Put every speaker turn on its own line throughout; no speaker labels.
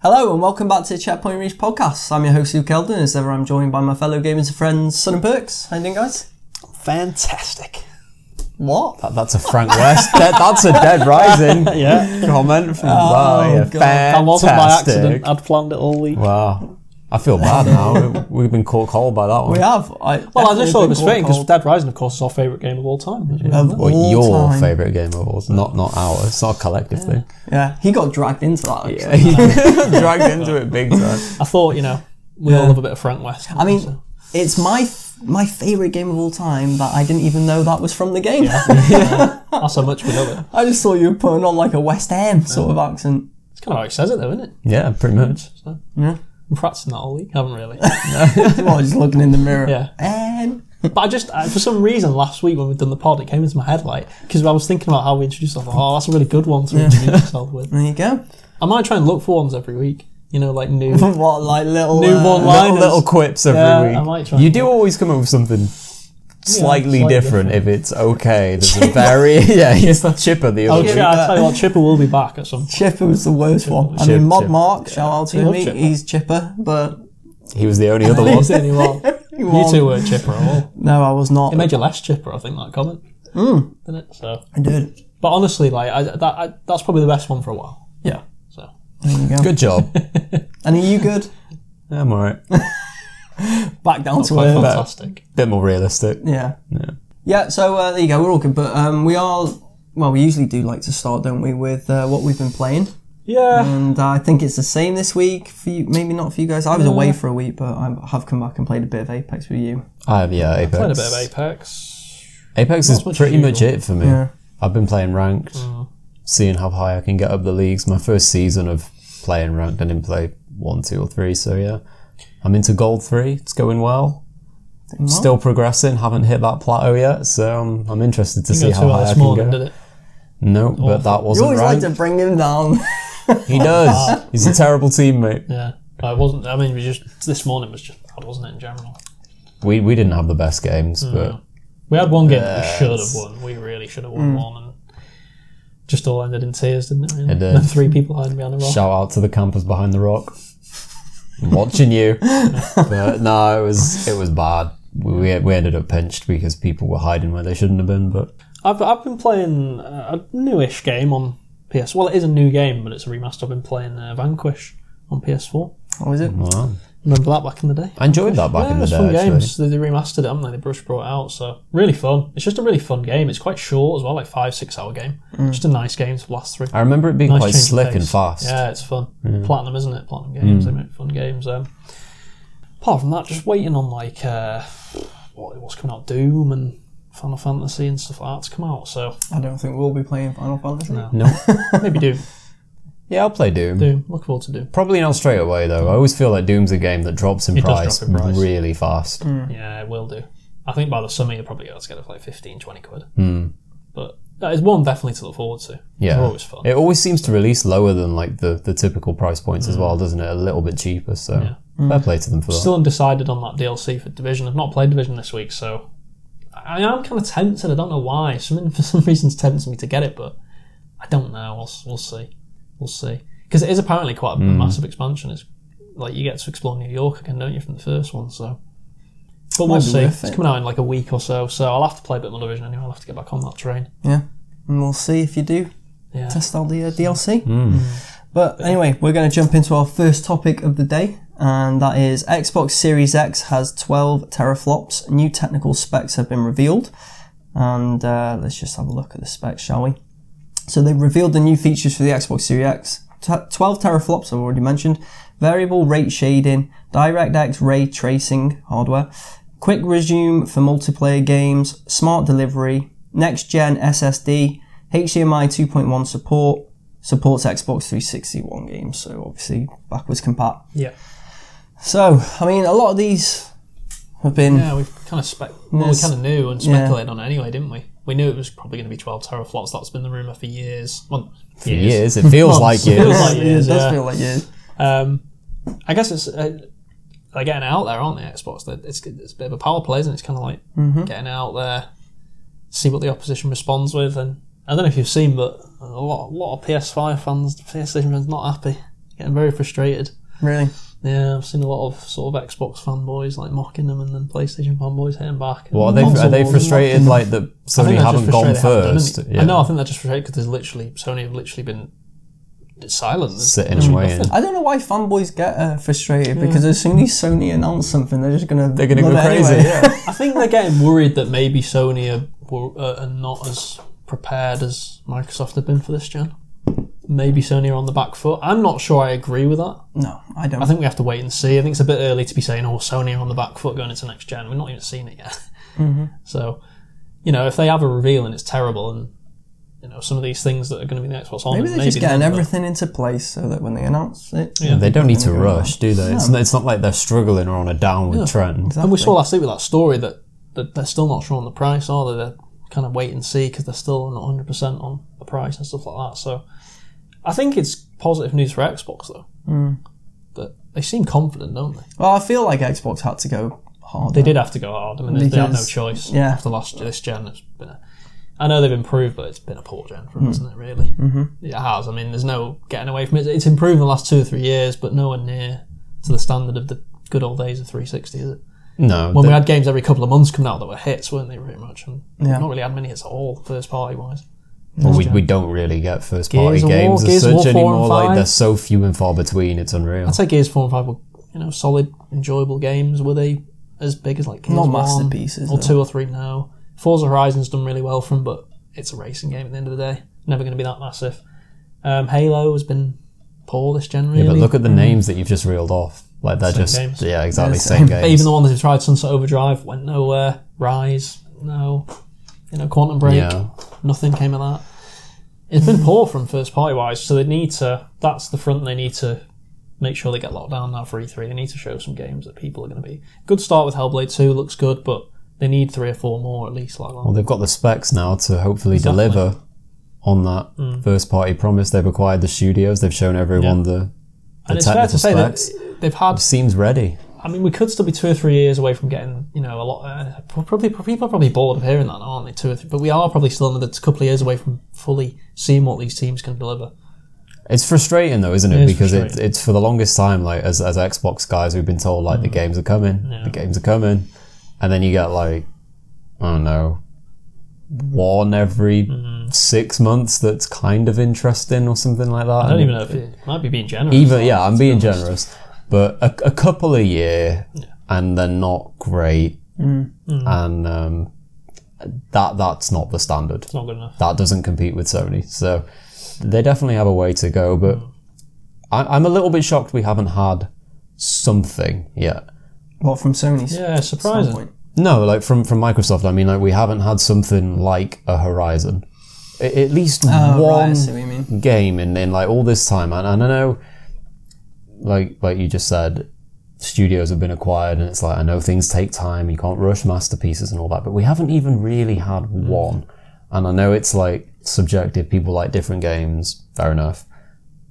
Hello and welcome back to the Checkpoint Reach podcast. I'm your host Luke Eldon. As ever, I'm joined by my fellow gamers and friends, Son and Perks. How you doing, guys?
Fantastic.
What?
That, that's a Frank West. that, that's a Dead Rising yeah. comment from wow, yeah,
God, That wasn't by
fantastic.
accident. I'd planned it all week.
Wow. I feel bad now. We- We've been caught cold by that one.
We have. I
Well, I just thought it was fitting because
because
Dead Rising, of course, is our favourite game of all time. as you know.
Well, your favourite game of all, not not ours. It's not a collective thing.
Yeah, he got dragged into that. Actually.
Dragged into it big time.
I thought, you know, we all love a bit of Frank West.
I mean, it's my f- my favorite game of all time that I didn't even know that was from the game.
that's how much we love it.
I just thought you were putting on like a West Ham sort of accent.
It's kind of how he says it, though, isn't it?
Yeah, pretty much.
I'm practicing that all week. haven't really.
Well, just looking in the mirror.
Yeah.
And
But I just, I, for some reason, last week when we'd done the pod, it came into my head, like, because I was thinking about how we introduced ourselves. Oh, that's a really good one to introduce yourself with.
there you go.
I might try and look for ones every week, you know, like new.
What like little
New
uh,
one line.
Little, little quips every
Yeah,
week.
I might try
you
and
do
do
always come up with something slightly,
slightly
different, if it's okay. There's a very yeah, it's not chipper the
Oh,
other
yeah,
week.
I tell you what, Chipper will be back at some point.
Chipper was the worst one. I
Chip-
mean, Mod
Chip.
Mark, shout out to
I
him.
love
he-
Chipper.
He's Chipper, but
He was the only other one.
Is there anyone? You
won't.
two weren't Chipper at all.
no, I was not.
It made you less chipper, I think, that comment.
Hmm.
Mm. Didn't it? So,
I did.
but honestly, like I, that, I, that's probably the best one for a while.
Yeah.
So,
There you go.
Good job.
And are you good?
Yeah, I'm alright.
Back down to
quite
earth.
fantastic.
Bit more realistic.
Yeah. Yeah. so uh, there you go. We're all good, but um, we are. Well, we usually do like to start, don't we, with uh, what we've been playing,
Hmm.
Yeah,
and uh, I think it's the same this week for you. Maybe not for you guys. I was away for a week, but I have come back and played a bit of Apex with you.
I have yeah, Apex.
played a bit of Apex.
Apex is
much
pretty
as
much
usual.
it for me.
Yeah.
I've been playing ranked, seeing how high I can get up the leagues. My first season of playing ranked, I didn't play one, two, or three. So yeah, I'm into gold three. It's going well. Still progressing. Haven't hit that plateau yet, so I'm, I'm interested to see
Got
how
two out
high I
this
can
morning, did
go.
it?
No, but that
You
wasn't
always
right.
like to bring him down.
He does. He's a terrible teammate.
Yeah, I wasn't. I mean, we just this morning was just bad, wasn't it? In general,
We we didn't have the best games, but
we had one game that we should have won. We really should have won one, and just all ended in tears, didn't it? Really?
Hmm. It did.
And three people hiding behind the rock.
Shout out to the campers behind the rock. I'm watching you. but no, it was it was bad. We, we ended up pinched because people were hiding where they shouldn't have been. But
I've, I've been playing a newish game on PS. Well, it is a new game, but it's a remaster. I've been playing uh, Vanquish on PS4.
What was it?
wow.
Remember that back in the day?
I enjoyed that back
yeah,
in the
it's
day.
fun
actually.
games. They, they remastered it, haven't they? They brush brought it out, so really fun. It's just a really fun game. It's quite short as well, like five, six hour game. Just a nice game to last through.
I remember it being
Nice
quite
change of
slick
pace.
and fast. Mm.
Yeah, it's fun. Platinum, isn't it? Platinum games. They make fun games. Um, apart from that, just waiting on like uh, what what's coming out, Doom and Final Fantasy and stuff like that to come out. So
I don't think we'll be playing Final Fantasy.
No.
No.
maybe Doom.
Yeah, I'll play Doom.
Doom. Look forward to Doom.
Probably not straight away though. I always feel like Doom's a game that drops in,
It does
price,
drop in price. Mm.
really fast.
Yeah, it will do. I think by the summer you'll probably get to get it for like 15, 20 quid. But that is one definitely to look forward to.
Yeah,
They're always fun.
It always seems to release lower than like the, the typical price points as well, doesn't it? A little bit cheaper. So fair play to them for that.
Mm. Still undecided on that DLC for Division. I've not played Division this week, so I am kind of tempted. I don't know why. Something for some reason tempts me to get it, but I don't know. We'll, s- we'll see. We'll see. Because it is apparently quite a massive expansion. It's like you get to explore New York again, don't you, from the first one? So, but
Might
we'll
be
see.
worth
It's
it.
coming out in like a week or so, so I'll have to play a bit more Division anyway. I'll have to get back on that train.
Yeah. And we'll see if you do
Yeah.
test out the uh, DLC. But anyway, we're going to jump into our first topic of the day, and that is Xbox Series X has 12 teraflops. New technical specs have been revealed, and uh, let's just have a look at the specs, shall we? So they've revealed the new features for the Xbox Series X. T- 12 teraflops, I've already mentioned, variable rate shading, DirectX ray tracing hardware, quick resume for multiplayer games, smart delivery, next gen SSD, HDMI 2.1 support, supports Xbox 361 games, so obviously backwards compat.
Yeah.
So, I mean, a lot of these have been.
Yeah, we've kind of spec. Well, we
Yes.
kind of knew and speculated on it anyway, didn't we? We knew it was probably going to be 12 teraflops. That's been the rumor for years. Well,
For years. It feels
Months.
like
Feels
years.
like
it
years,
does
yeah.
feel like years.
Um, I guess it's. Uh, they're getting out there, aren't they? Xbox. They're- It's, it's a bit of a power play, isn't it? It's kind of like getting out there, see what the opposition responds with, and I don't know if you've seen, but a lot, a lot of PS5 fans, PlayStation fans, not happy, getting very frustrated.
Really?
Yeah, I've seen a lot of sort of Xbox fanboys like mocking them, and then PlayStation fanboys hitting back.
Well, are they,
Console
are they
wars.
frustrated like that
I think
Sony
they're
haven't
just
gone
frustrated they haven't done
first?
any- I know. I think they're just frustrated because there's literally Sony have literally been silent, There's
Sitting and
literally
waiting.
nothing.
I don't know why fanboys get uh, frustrated
Hmm.
because as soon as Sony announce something, they're just gonna
They're gonna
love
go
it
crazy,
anyway.
yeah.
I think they're getting worried that maybe Sony are, were, uh, are not as prepared as Microsoft have been for this gen. Maybe Sony are on the back foot. I'm not sure I agree with that.
No, I don't.
I think we have to wait and see. I think it's a bit early to be saying, "Oh, Sony are on the back foot going into next gen." We're not even seeing it yet.
Mm-hmm.
So, you know, if they have a reveal and it's terrible, and you know some of these things that are going to be the Xbox on,
maybe
then
they're just getting
not, but-
everything into place so that when they announce it,
Yeah.
They don't need to
They're gonna go
rush, do they? It's, it's not like they're struggling or on a downward trend.
Exactly.
And we saw last week with that story that, that they're still not sure on the price, are they? They're kind of wait and see because they're still not 100% on the price and stuff like that. So I think it's positive news for Xbox, though.
Hmm.
That they seem confident, don't they?
well, I feel like Xbox had to go hard.
They did have to go hard. I mean, they, they had no
Because-
choice
yeah.
after last this gen. It's been a, I know they've improved, but it's been a poor gen
Hmm.
for them, hasn't it? Really, mm-hmm. it has. I mean, there's no getting away from it. It's improved in the last two or three years, but nowhere near to the standard of the good old days of 360, is it?
No,
when
they-
we had games every couple of months coming out that were hits, weren't they? Pretty much, and we've
Yeah.
not really had many hits at all, first party wise.
well, we, we don't really get first party
Gears of War,
games as
Gears of
such
War 4 and
anymore. Like
5.
they're so few and far between. It's unreal.
I'd say Gears Four and Five were, you know, solid, enjoyable games. Were they as big as like Gears
Not
1
masterpieces,
or
though.
two or three? No. Forza Horizon's done really well from, but it's a racing game at the end of the day. Never going to be that massive. Um, Halo has been poor this gen, really.
Yeah, but look at the names that you've just reeled off. Like they're
Same
just
games.
yeah, exactly
Yeah,
same,
same.
games.
Even the ones who tried Sunset Overdrive went nowhere. Rise, no. You know, Quantum Break,
Yeah.
nothing came of that. It's been poor from first party wise, so they need to. That's the front they need to make sure they get locked down now for E3. They need to show some games that people are going to be. Good start with Hellblade 2, looks good, but they need three or four more at least like that.
Well, they've got the specs now to hopefully
Exactly.
deliver on that
Mm.
first party promise. They've acquired the studios. They've shown everyone the, the
and it's fair
technical
to say
specs.
that they've had
Seems ready.
I mean, we could still be two or three years away from getting, you know, a lot. Uh, probably people are probably bored of hearing that, now, aren't they? Two or three, but we are probably still another couple of years away from fully seeing what these teams can deliver.
It's frustrating though, isn't it?
It is
because it,
frustrating.
it's for the longest time, like as, as Xbox guys, we've been told
Hmm.
like the games are coming, the games are coming, and then you get like I don't know, one every
Hmm.
six months that's kind of interesting or something like that.
I don't even know if it, might be being generous.
Even yeah, I'm being generous, but a, a couple a year, and they're not great,
Hmm.
and um, that that's not the standard.
It's not good enough.
That doesn't compete with Sony, so they definitely have a way to go. But I, I'm a little bit shocked we haven't had something yet.
What from Sony's
Yeah, surprising.
standpoint?
No, like from from Microsoft, I mean, like we haven't had something like a Horizon. A- at least
Oh, right, I
one
see what you mean.
game in, in like all this time and, and I know like like you just said studios have been acquired and it's like I know things take time you can't rush masterpieces and all that but we haven't even really had one and I know it's like subjective people like different games fair enough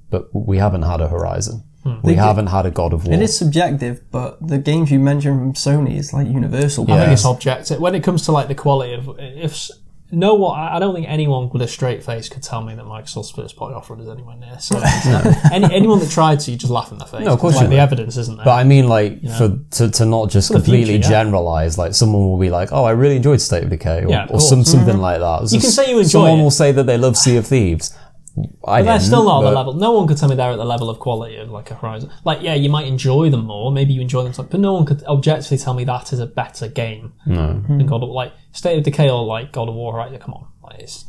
but we haven't had a Horizon we haven't had a God of War
It is subjective, but the games you mentioned from Sony is like universal.
I think
Yeah.
it's objective when it comes to like the quality of if s- no what I I don't think anyone with a straight face could tell me that Microsoft's first party offering is anywhere near. So any, anyone that tried to, you just laugh in their face.
No, of course
Like,
you
the
would.
evidence isn't there.
But I mean, like, for to, to not just
the
completely
future, yeah.
generalize. Like, someone will be like, "Oh, I really enjoyed State of Decay," or,
Yeah, of
or some,
course. Mm-hmm.
something like that.
You can say you enjoy
Someone
it.
will say that they love Sea of Thieves. I
But they're
didn't,
still not at
but
the level. No one could tell me they're at the level of quality of like a Horizon. Like, yeah, you might enjoy them more. Maybe you enjoy them, some- but no one could objectively tell me that is a better game than God of like State of Decay or like God of War. Right? Yeah, come on, like it's.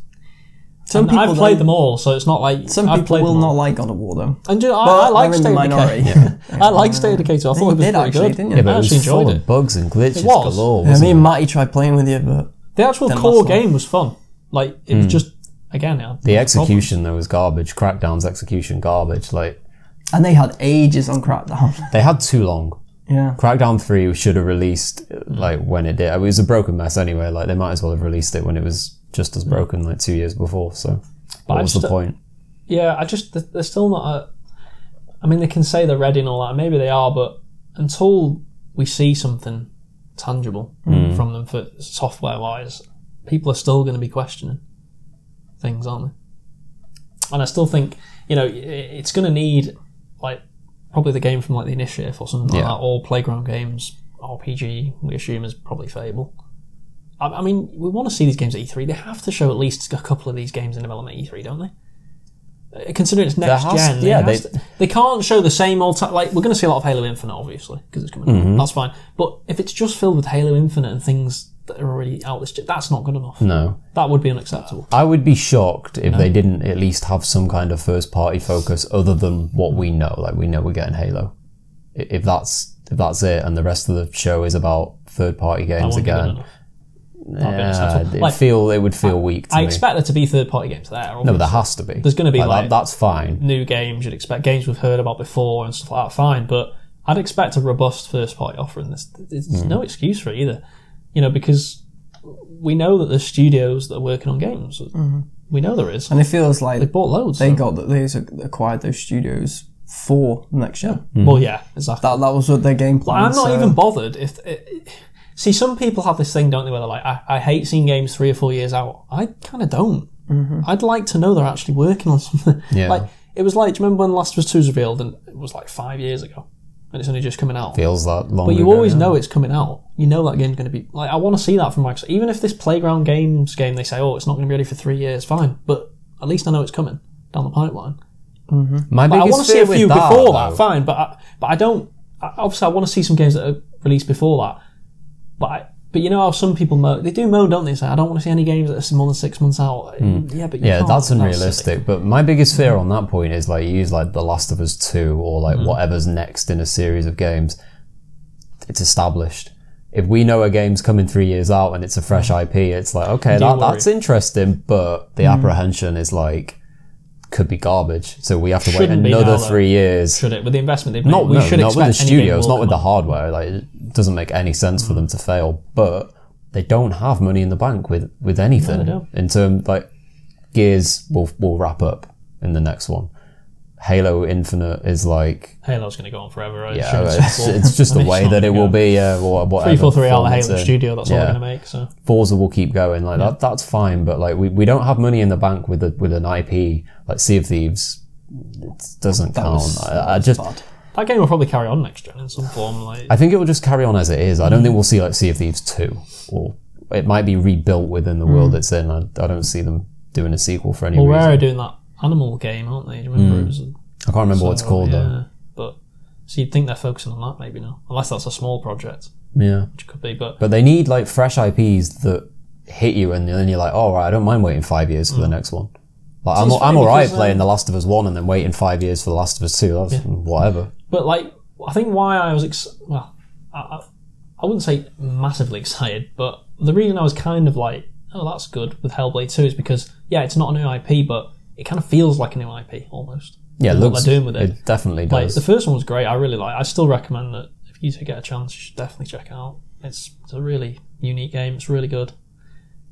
Some
and I've
people
played
don't-
them all, so it's not like
Some
I've
people
played
will
them
not
all.
like God of War though.
And do you know,
But
I, I like
they're in the
State of
minority.
Decay. I like State of Decay too. I thought it was
did
pretty
actually,
good.
didn't you?
Yeah,
Yeah,
but
I
it was
actually enjoyed
full
it.
of bugs and glitches
It was.
galore.
I
Wasn't
mean, Matty tried playing with you, but
The actual
Didn't
core
last long.
game was fun. Like it
Hmm.
was just again yeah,
it? the execution though was garbage. Crackdown's execution garbage. Like
and they had ages on Crackdown.
they had too long.
yeah,
Crackdown three should have released uh,
Mm.
like when it did. It was a broken mess anyway. Like they might as well have released it when it was just as broken like two years before. So
Mm. I
what was
just-
the point?
Yeah, I just they're, they're still not. A, I mean, they can say they're ready and all that. and Maybe they are, but until we see something tangible
Mm.
from them for software wise, people are still going to be questioning things, aren't they? And I still think you know i- it's going to need like probably the game from like the initiative or something
Yeah.
like that, or playground games, RPG. We assume is probably Fable. I, I mean, we want to see these games at E3. They have to show at least a couple of these games in development at E3, don't they? Uh, Considering it's next
has-
gen,
yeah,
yeah, they,
they-
they can't show the same old. T- like we're going to see a lot of Halo Infinite, obviously, because it's coming. out.
Mm-hmm.
That's fine. But if it's just filled with Halo Infinite and things that are already out this gen, that's not good enough.
No.
That would be unacceptable.
I would be shocked if they didn't at least have some kind of first party focus other than what we know. Like we know we're getting Halo. I- If that's if that's it, and the rest of the show is about third party games
wouldn't give it
again,
enough. That'd be
yeah,
unacceptable.
it
Like,
feel it would feel weak to
I
me.
expect there to be third party games there.
no,
obviously.
there has to be.
There's gonna be,
that-
like-
that's fine.
new games you'd expect games we've heard about before and stuff like that fine but i'd expect a robust first party offering this there's
Mm-hmm.
no excuse for it either you know because we know that there's studios that are working on games we know there is
Mm-hmm. And it feels like
they bought loads
they
so-
got that they acquired those studios for next gen.
Mm-hmm.
well yeah exactly
That that was what their game plan.
I'm not
so-
even bothered if. eh, see, some people have this thing, don't they, where they're like, I, I hate seeing games three or four years out. I kind of don't. I'd like to know they're actually working on something.
Mm-hmm. Yeah.
Like, it was like, do you remember when Last of Us 2 was revealed? And it was like five years ago. And it's only just coming out.
Feels that long.
But you
ago,
always
yeah.
know it's coming out. You know that game's going to be like. I want to see that from Microsoft. Even if this Playground Games game, they say, "Oh, it's not going to be ready for three years." Fine, but at least I know it's coming down the pipeline.
My
But I
biggest
want to see
fear
a
with
few before
though-
that, fine. But I, but I don't. I, obviously, I want to see some games that are released before that. But I, but you know how some people moan. They do moan, don't they? Say, I don't want to see any games that are more than six months out. Yeah, but
Hmm.
you
Yeah,
can't.
that's
silly.
unrealistic. But my biggest fear on that point is like you use like The Last of Us Two or
Mm.
like whatever's next in a series of games. It's established. If we know a game's coming three years out and it's a fresh IP, it's like okay,
do
that,
Mm. worry. Mm.
that's interesting. But the apprehension is like could be garbage. So we have to
Shouldn't
wait
be now,
another
though.
three years.
Should it with the investment they've made?
Not
we
no,
should
not with
expect
the
any game
studios,
will
not with
come
the
out.
hardware. Like it doesn't make any sense for them to fail. But they don't have money in the bank with with anything.
don't.
in terms like Gears will will wrap up in the next one. Halo Infinite is like
Halo's going to go on forever. I
yeah,
assume
it's,
sequel.
it's just
I
the
mean, it's
way
not
that it
gonna
will
go.
be. Yeah, or whatever.
Three, four, three out of
form
Halo
it's in.
Studio. That's all
yeah.
they're going to make. So
Forza will keep going like that. That's fine, but like we, we don't have money in the bank with a, with an IP like Sea of Thieves. It doesn't count.
was-
I, I just
bad.
that game will probably carry on next gen in some form. Like
I think it will just carry on as it is. I don't
Hmm.
think we'll see like Sea of Thieves two, or it might be rebuilt within the world it's in. I, I don't see them doing a sequel for any
Hmm. well,
reason.
Rare are doing that animal game, aren't they? Do you
Hmm.
remember it was?
I can't remember what it's called
Oh, Yeah, but so you'd think they're focusing on that maybe now, unless that's a small project,
though. Yeah,
which could be. But
but they need like fresh IPs that hit you, and then you're like, oh, right, I don't mind waiting five years for the next one. Like, I'm,
Hmm. it's
I'm
funny
all right
because, um,
playing The Last of Us one and then waiting five years for The Last of Us two. That's whatever.
but like I think why I was ex- well, I, I, I wouldn't say massively excited, but the reason I was kind of like, oh, that's good with Hellblade Two is because yeah, it's not a new IP, but it kind of feels like a new IP almost.
Yeah, it
What
looks.
they're doing with it.
it definitely
Like
does.
the first one was great. I really like. I still recommend that if you do get a chance, you should definitely check it out. It's, it's a really unique game. It's really good.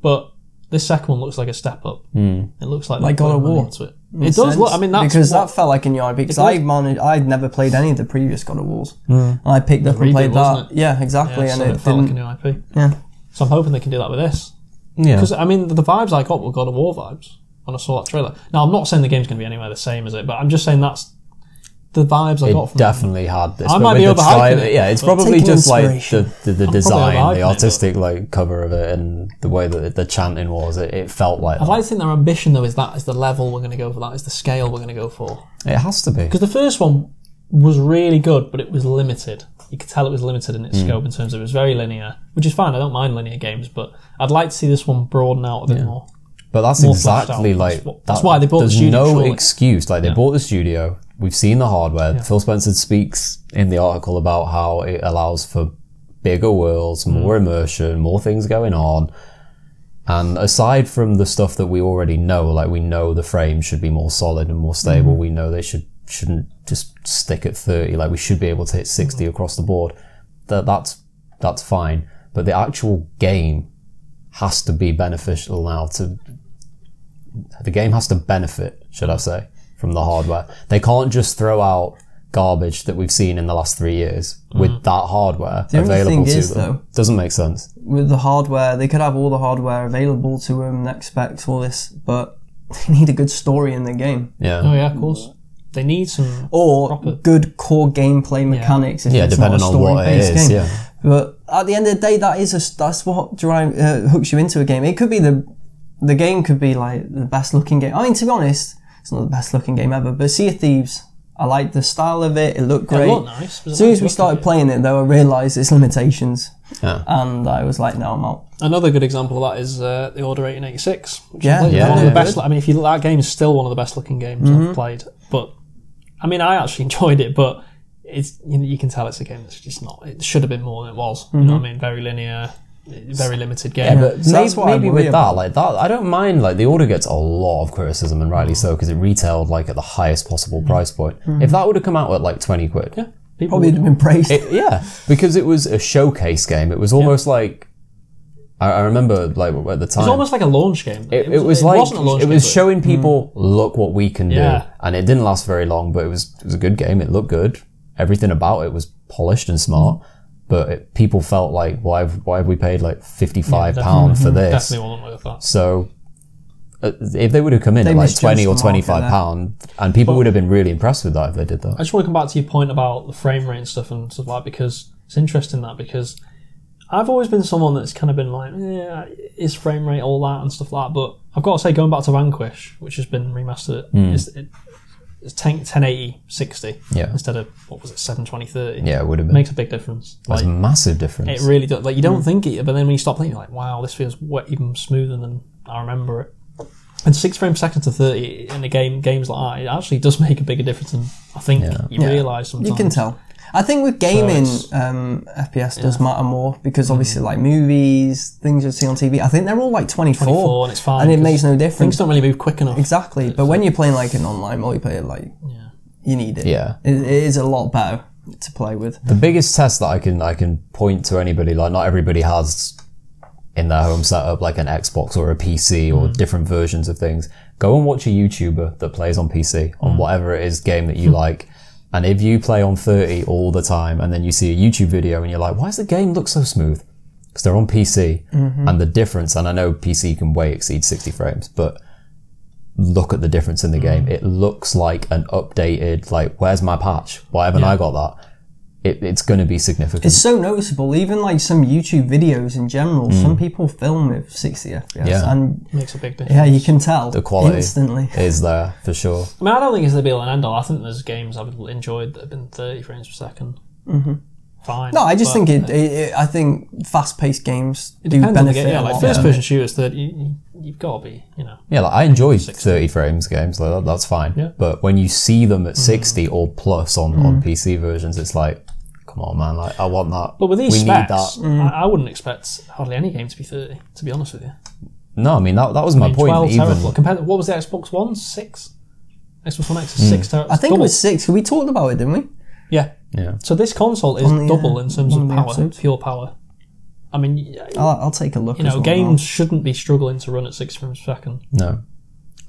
But this second one looks like a step up.
Hmm.
Mm. It looks like
Like
they've
God
put
of
money
War.
into It, it does look. I mean, that's
because
what-
that felt like a new IP. Because
It
I
does. Hmm.
managed, I'd never played any of the previous God of Wars, and I picked up and
redo,
played that.
wasn't it?
Yeah,
yeah,
exactly, and
so
it,
it felt
didn't.
like a new IP.
yeah,
So I'm hoping they can do that with this.
yeah,
Because I mean, the, the vibes I got were God of War vibes when I saw that trailer. Now I'm not saying the game's going to be anywhere the same as it, but I'm just saying that's the vibes I got
it
from it.
definitely had this.
I
but
might
with
be
the
overhyping
tri-
it,
Yeah, it's
but-
probably
Taking
just like the,
inspiration.
the, the
probably overhyping
design,
it,
the
but-
artistic like cover of it, and the way that the chanting was. It, it felt like,
I
that.
like to think their ambition though is that is the level we're going to go for, that is the scale we're going to go for.
it has to be.
Because the first one was really good, but it was limited. You could tell it was limited in
Hmm.
its scope in terms of it was very linear, which is fine. I don't mind linear games, but I'd like to see this one broaden out a bit more.
But that's
more fleshed
exactly
out.
like
That's what- that's why they bought the
there's
studio,
No
surely.
excuse. Like they bought the studio. We've seen the hardware. Phil Spencer speaks in the article about how it allows for bigger worlds,
Hmm.
more immersion, more things going on. And aside from the stuff that we already know, like we know the frame should be more solid and more
Hmm.
stable, we know they should shouldn't just stick at thirty. Like we should be able to hit 60
Hmm.
across the board. That that's that's fine. But the actual game has to be beneficial now to the game has to benefit, should I say, from the hardware. They can't just throw out garbage that we've seen in the last three years with that hardware
Mm. The only
available
thing
to
is,
them.
though-
Doesn't make sense.
with the hardware, they could have all the hardware available to them, next specs, all this, but they need a good story in the game
Yeah.
Oh yeah, of course. They need some.
or
Proper.
good core gameplay mechanics. If
Yeah,
it's
depending
not a
on what it
story-based
is,
game.
yeah.
But at the end of the day, that is a s that's what drive uh, hooks you into a game. It could be the the game could be like the best looking game. I mean, to be honest, it's not the best looking game ever. But Sea of Thieves, I liked the style of it. It looked
They
great.
look nice.
as soon as we started playing it, though, I realised its limitations,
Yeah.
and I was like, "No, I'm out."
Another good example of that is uh, the Order 1886. Which
Yeah,
is
yeah, Mm-hmm.
one of the
yeah.
best. I mean, if you that game is still one of the best looking games I've played. But I mean, I actually enjoyed it, but it's you, know, you can tell it's a game that's just not. It should have been more than it was. You
Mm-hmm.
know what I mean? Very linear, very limited game.
But
So
maybe,
that's what I
maybe
worry
with that,
about.
like that, I don't mind. Like the order gets a lot of criticism, and rightly so, because it retailed like at the highest
Mm.
possible price point. If that would have come out at like twenty quid,
yeah, people
Probably would have been praised.
it- yeah, because it was a showcase game. It was almost like I, I remember like at the time.
It's almost like a launch game.
it, it was like
wasn't a launch
it
game,
was
but- Mm.
showing people look what we can
Yeah.
do, and it didn't last very long. But it was it was a good game. It looked good. Everything about it was polished and
Mm.
smart. But it, people felt like why have, why have we paid like fifty five pound for this?
Definitely wasn't worth that.
So uh, if they would have come in
They
at like
misjudged
20 or
the market
25
there.
pound and people would have been really impressed with that if they did
I
that.
just want to come back to your point about the frame rate and stuff and stuff like that because it's interesting that because I've always been someone that's kind of been like, yeah, is frame rate all that and stuff like that. But I've got to say, going back to Vanquish, which has been remastered, it's, it, it's 10, 1080 60
Hmm. Yeah.
instead of what was it 720 30.
Yeah, it would have
It
been.
makes a big difference.
That's
Like,
a massive difference.
it really does. Like you don't think it, but then when you stop playing, you're like, wow, this feels wet, even smoother than I remember it. And six frames per second to thirty in a game, games like that, it actually does make a bigger difference than I think you
Yeah.
realise sometimes.
You can tell. I think with gaming,
it's- Mm.
um, FPS does matter more because obviously, like movies, things you see on TV, I think they're all like 24,
24, and it's fine
and it
'cause
makes no
Things
difference.
don't really move quick enough.
Exactly, but when you're playing like an online multiplayer, like
Yeah.
you need it.
Yeah.
it, it is a lot better to play with.
the biggest test that I can I can point to anybody like not everybody has in their home setup like an Xbox or a PC or different versions of things. Go and watch a YouTuber that plays on PC on whatever it is game that you like. And if you play on 30 all the time and then you see a YouTube video and you're like, why does the game look so smooth? Because they're on PC and the difference, and I know PC can way exceed 60 frames, but look at the difference in the game. It looks like an updated, like, where's my patch? Why haven't I got that? it, it's going to be significant.
It's so noticeable. Even like some YouTube videos in general,
Mm.
some people film with 60 FPS,
Yeah.
and
Makes a big difference.
yeah, you can tell the
quality.
instantly.
It is there for sure.
I mean, I don't think it's the be all and end all. I think there's games I've enjoyed that have been 30 frames per 2nd Mm-hmm. Fine.
No, I just
but
think it, it, it. I think fast-paced games
it
do
depends on the
benefit
game. Yeah,
a
like
lot.
first person shooters, 30, you, you, you've got to be, you know.
Yeah, like I enjoy 30 frames games, like that, that's fine.
Yeah. Mm.
But when you see them at 60 or plus on, on PC versions, it's like, come on, man, like I want that.
But with these
we
specs,
need that.
Mm.
I, I wouldn't expect hardly any game to be 30, to be honest with you.
No, I mean that, that was my
I mean,
point.
12 teraflop.
Even
Compared to, what was the Xbox One? Six? Xbox One X is
Mm.
six teraflops.
I think it was six. We talked about it, didn't we?
Yeah.
yeah,
So this console is
On the,
double
uh,
in terms
on
of
the
power,
episodes.
pure power. I mean,
Oh,
y-
I'll, I'll take a look.
you
as
know,
well
games shouldn't be struggling to run at six frames per second.
no.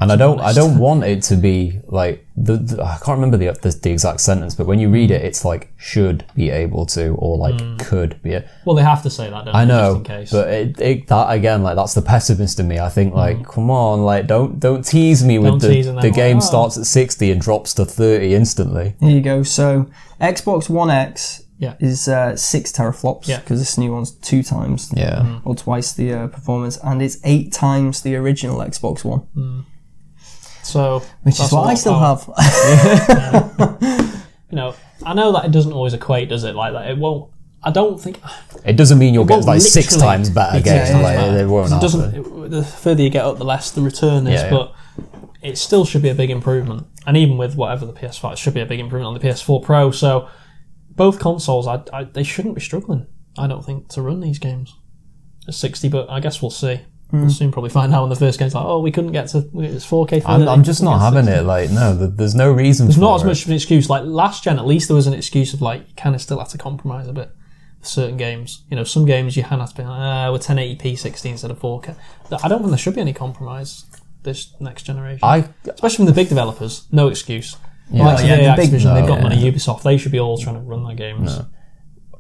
And I don't, I don't want it to be like the, the I can't remember the, the the exact sentence, but when you read it, it's like should be able to or like
Mm.
could be. a-
Well, they have to say that, don't
I
they,
know,
just in case. Mm.
but it, it, that again, like that's the pessimist in me. I think, like, come on, like, don't don't tease me
Don't
with
tease
the,
and
the
then,
game
oh.
starts at sixty and drops to thirty instantly.
Here you go. So Xbox One X
Yeah.
is uh, six teraflops
Yeah.
because this new one's two times
Yeah,
Mm.
or twice the uh, performance, and it's eight times the original Xbox One,
so
which
Mm. that's
is
a
what
lot
I
of
still
power.
have.
You know, I know that it doesn't always equate, does it? Like that, it won't. I don't think
it doesn't mean you'll
Well,
get like six
literally,
times better
it's
games.
times
like,
better.
It won't
'Cause it
happen.
doesn't. it- the further you get up, the less the return is.
eh? Yeah, yeah.
But it still should be a big improvement. And even with whatever the PS5, it should be a big improvement on the PS4 Pro. So both consoles, I, I, they shouldn't be struggling. I don't think to run these games at sixty. But I guess we'll see.
Hmm.
We'll soon probably find out when the first game's like, oh, we couldn't get to it's four K.
I'm, I'm just not having it. Like, no, th- there's no reason.
There's
for
not as
it.
much of an excuse. Like last gen, at least there was an excuse of like you kind of still had to compromise a bit for certain games. You know, some games you had to be like, ah, we're 1080p 60 instead of 4K. Th- I don't think there should be any compromise this next generation,
I
especially from the big developers. No excuse.
Yeah.
Like
Oh,
yeah,
yeah, the big-
Activision,
No,
they've got
yeah.
money. Ubisoft, they should be all trying to run their games.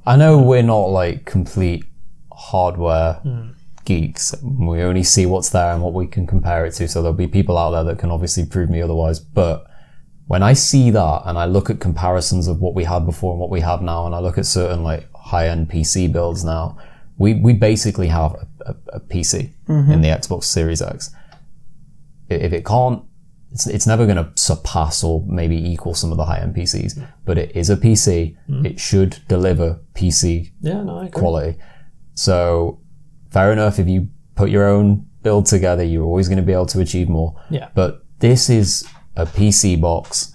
I know we're not like complete hardware geeks. We only see what's there and what we can compare it to. So there'll be people out there that can obviously prove me otherwise. But when I see that and I look at comparisons of what we had before and what we have now, and I look at certain like high end PC builds now, we, we basically have a, a, a PC in the Xbox Series X. I- If it can't it's, it's never going to surpass or maybe equal some of the high end PCs, but it is a PC. It should deliver PC
Yeah, no, I agree.
quality. So, fair enough, if you put your own build together, you're always going to be able to achieve more.
Yeah.
But this is a PC box.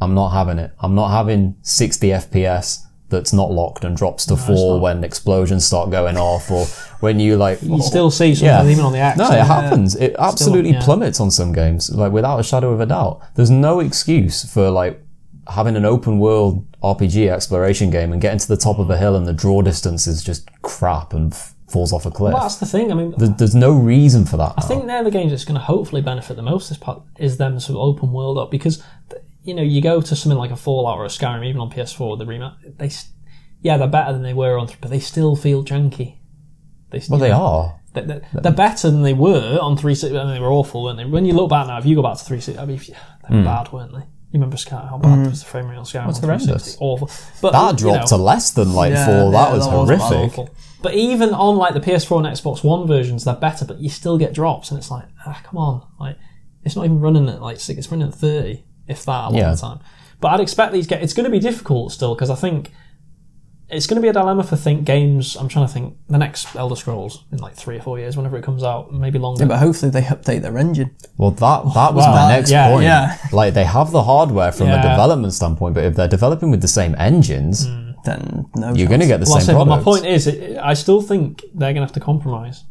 I'm not having it. I'm not having 60 FPS that's not locked and drops to four when explosions start going off or when you like
You still see something
Yeah.
even on the X.
no, it happens. It absolutely
yeah.
plummets on some games, like without a shadow of a doubt. There's no excuse for like having an open world RPG exploration game and getting to the top of a hill and the draw distance is just crap and f- falls off a cliff.
Well, that's the thing. I mean,
There- There's no reason for that.
I think they're the games that's going to hopefully benefit the most. This part is them sort of open world up because th- you know you go to something like a Fallout or a Skyrim, even on PS4, the remake. They, s- yeah, they're better than they were on, th- but they still feel janky. They, s-
well,
you
they
know,
are.
They, they, they're better than they were on 360. I mean, they were awful, weren't they? When you look back now, if you go back to 360, I mean, if you, they
Hmm.
were bad, weren't they? You remember Sky, how bad was the frame rate on Skyrim? on
horrendous.
360? Awful. But
That
you know,
dropped to less than like
Yeah,
four.
yeah,
That was
that was bad.
horrific.
awful. But even on like the PS4 and Xbox One versions, they're better, but you still get drops, and it's like, ah, come on, like it's not even running at like six, it's running at thirty, if that, a lot
Yeah.
of the time. But I'd expect these get. It's going to be difficult still because I think it's going to be a dilemma for think games. I'm trying to think the next Elder Scrolls in like three or four years, whenever it comes out, maybe longer.
Yeah, but hopefully they update their engine.
Well, that that was
wow.
my next
Yeah,
point.
yeah.
Like they have the hardware from a
Yeah.
development standpoint, but if they're developing with the same engines,
Then no.
you're going to get the
Mm. Well, I
same
say, but
product.
my point is, it, I still think they're going to have to compromise.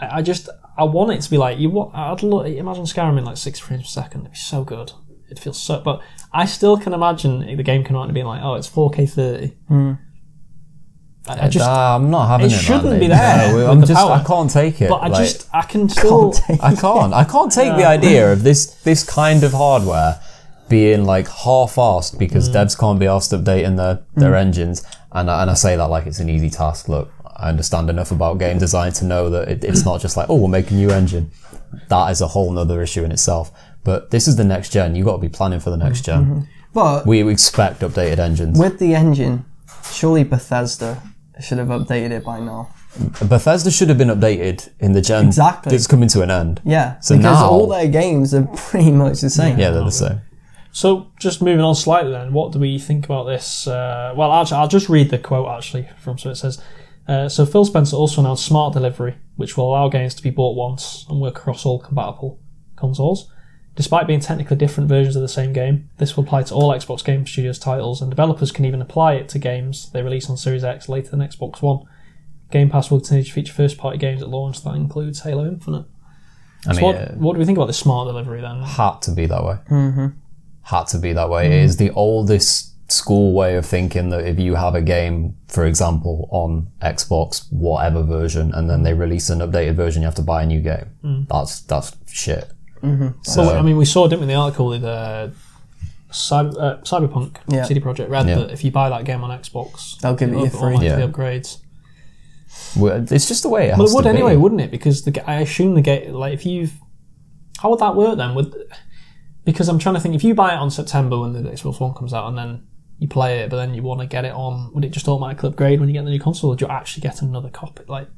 I, I just I want it to be like you. wa- I'd lo- imagine Skyrim in like six frames per second. It'd be so good. It feels so. But I still can imagine the game coming out and being like, oh, it's 4K 30. I, I just.
Nah, I'm not having
it
it. man.
shouldn't be
Like,
there
no,
with
I'm
the
just,
power.
I can't take it.
but I
Like,
just I can still.
I can't. I can't take the idea of this this kind of hardware being like half-assed because
Mm.
devs can't be asked updating their their engines. And I, and I say that like it's an easy task. Look, I understand enough about game design to know that it, it's not just like oh we'll make a new engine. That is a whole nother issue in itself. But this is the next gen. You've got to be planning for the next general
Mm-hmm.
But
We expect updated engines.
with the engine, surely Bethesda should have updated it by now.
Bethesda should have been updated in the gen
Exactly.
that's coming to an end.
Yeah,
So
because
now-
all their games are pretty much the same.
Yeah, they're the same.
So just moving on slightly then, what do we think about this? Uh, well, actually, I'll just read the quote actually from so it says. Uh, so Phil Spencer also announced smart delivery, which will allow games to be bought once and work across all compatible consoles. Despite being technically different versions of the same game, this will apply to all Xbox Game Studios titles, and developers can even apply it to games they release on Series X later than Xbox One. Game Pass will continue to feature first-party games at launch. That includes Halo Infinite.
I mean,
So what,
uh,
what do we think about this smart delivery then?
had to be that way. Mm-hmm. Had to be that way. It is the oldest school way of thinking that if you have a game, for example, on Xbox, whatever version, and then they release an updated version, you have to buy a new game. That's that's shit. So
Mm. Mm-hmm. Well, I mean, we saw, didn't we, in the article with uh, Cyber, uh, Cyberpunk
Yeah.
CD Project Red
Yeah.
that if you buy that game on Xbox,
They'll give it you
up-
free.
automatically
Yeah.
upgrades.
we're- it's just the way it has
Well, it would
to be.
anyway, wouldn't it? Because the, ga- I assume the game, like, if you've, how would that work then? Would because I'm trying to think, if you buy it on September when the Xbox One comes out, and then you play it, but then you want to get it on, would it just automatically upgrade when you get the new console, or do you actually get another copy? Like,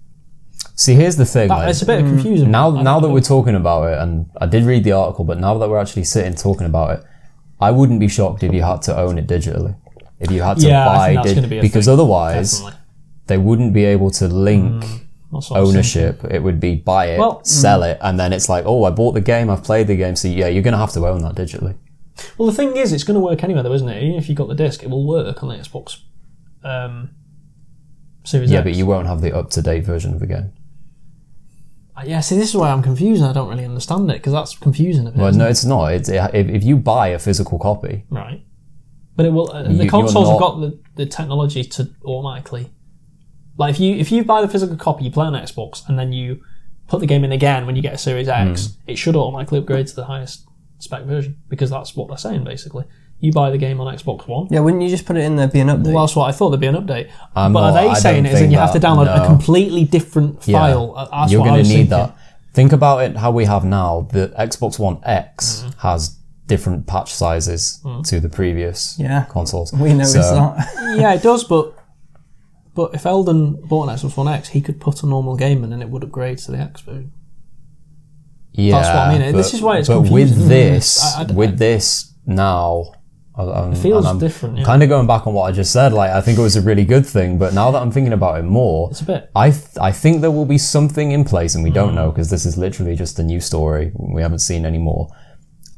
See, here's the thing.
that,
like-
it's a bit
Hmm.
confusing.
now
I-
now that we're talking about it and I did read the article but now that we're actually sitting talking about it I wouldn't be shocked if you had to own it digitally if you had to
yeah, I
buy
think that's
dig-
going to be a
because
thing,
otherwise
definitely.
they wouldn't be able to link
That's what I was thinking.
ownership it would be buy it
Well, mm.
sell it and then it's like oh I bought the game I've played the game so yeah you're going to have to own that digitally
Well, the thing is, it's going to work anyway, though, isn't it? Even if you got the disc, it will work on the Xbox um, Series
yeah
X.
but you won't have the up to date version of the game
Uh, Yeah, see, this is why I'm confused. and I don't really understand it because that's confusing a bit.
well
isn't
no it's not it's, it, if, if you buy a physical copy
it? Right. But it will. Uh,
You-
the
you're
consoles have
not-
got the, the technology to automatically, like, if you if you buy the physical copy, you play on
Hmm.
Xbox, and then you put the game in again when you get a Series X, it should automatically upgrade to the highest spec version because that's what they're saying basically. You buy the game on Xbox One.
Yeah, wouldn't you just put it in there be an update?
Well, that's what I thought there'd be an update.
I'm
but
not-
are they
Uh, I
saying
don't
it is in
think
you have to
that,
download a
no.
completely different
Yeah.
file? Uh, That's
You're
what I
gonna
was
need
thinking.
that. Think about it how we have now. The Xbox One X
Mm-hmm.
has different patch sizes to the previous
Yeah.
consoles.
we noticed
So,
that.
yeah, it does, but but if Eldon bought an Xbox One X, he could put a normal game in and it would upgrade to the X version.
Yeah,
what I mean. This
but-
is why it's
But
confusing,
with
isn't it?
this,
I- I d-
with this now, I- I'm, it
feels different, yeah.
Kind of going back on what I just said, like I think it was a really good thing, but now that I'm thinking about it more,
It's a bit.
I th- I think there will be something in place, and we don't know because this is literally just a new story. We haven't seen any more.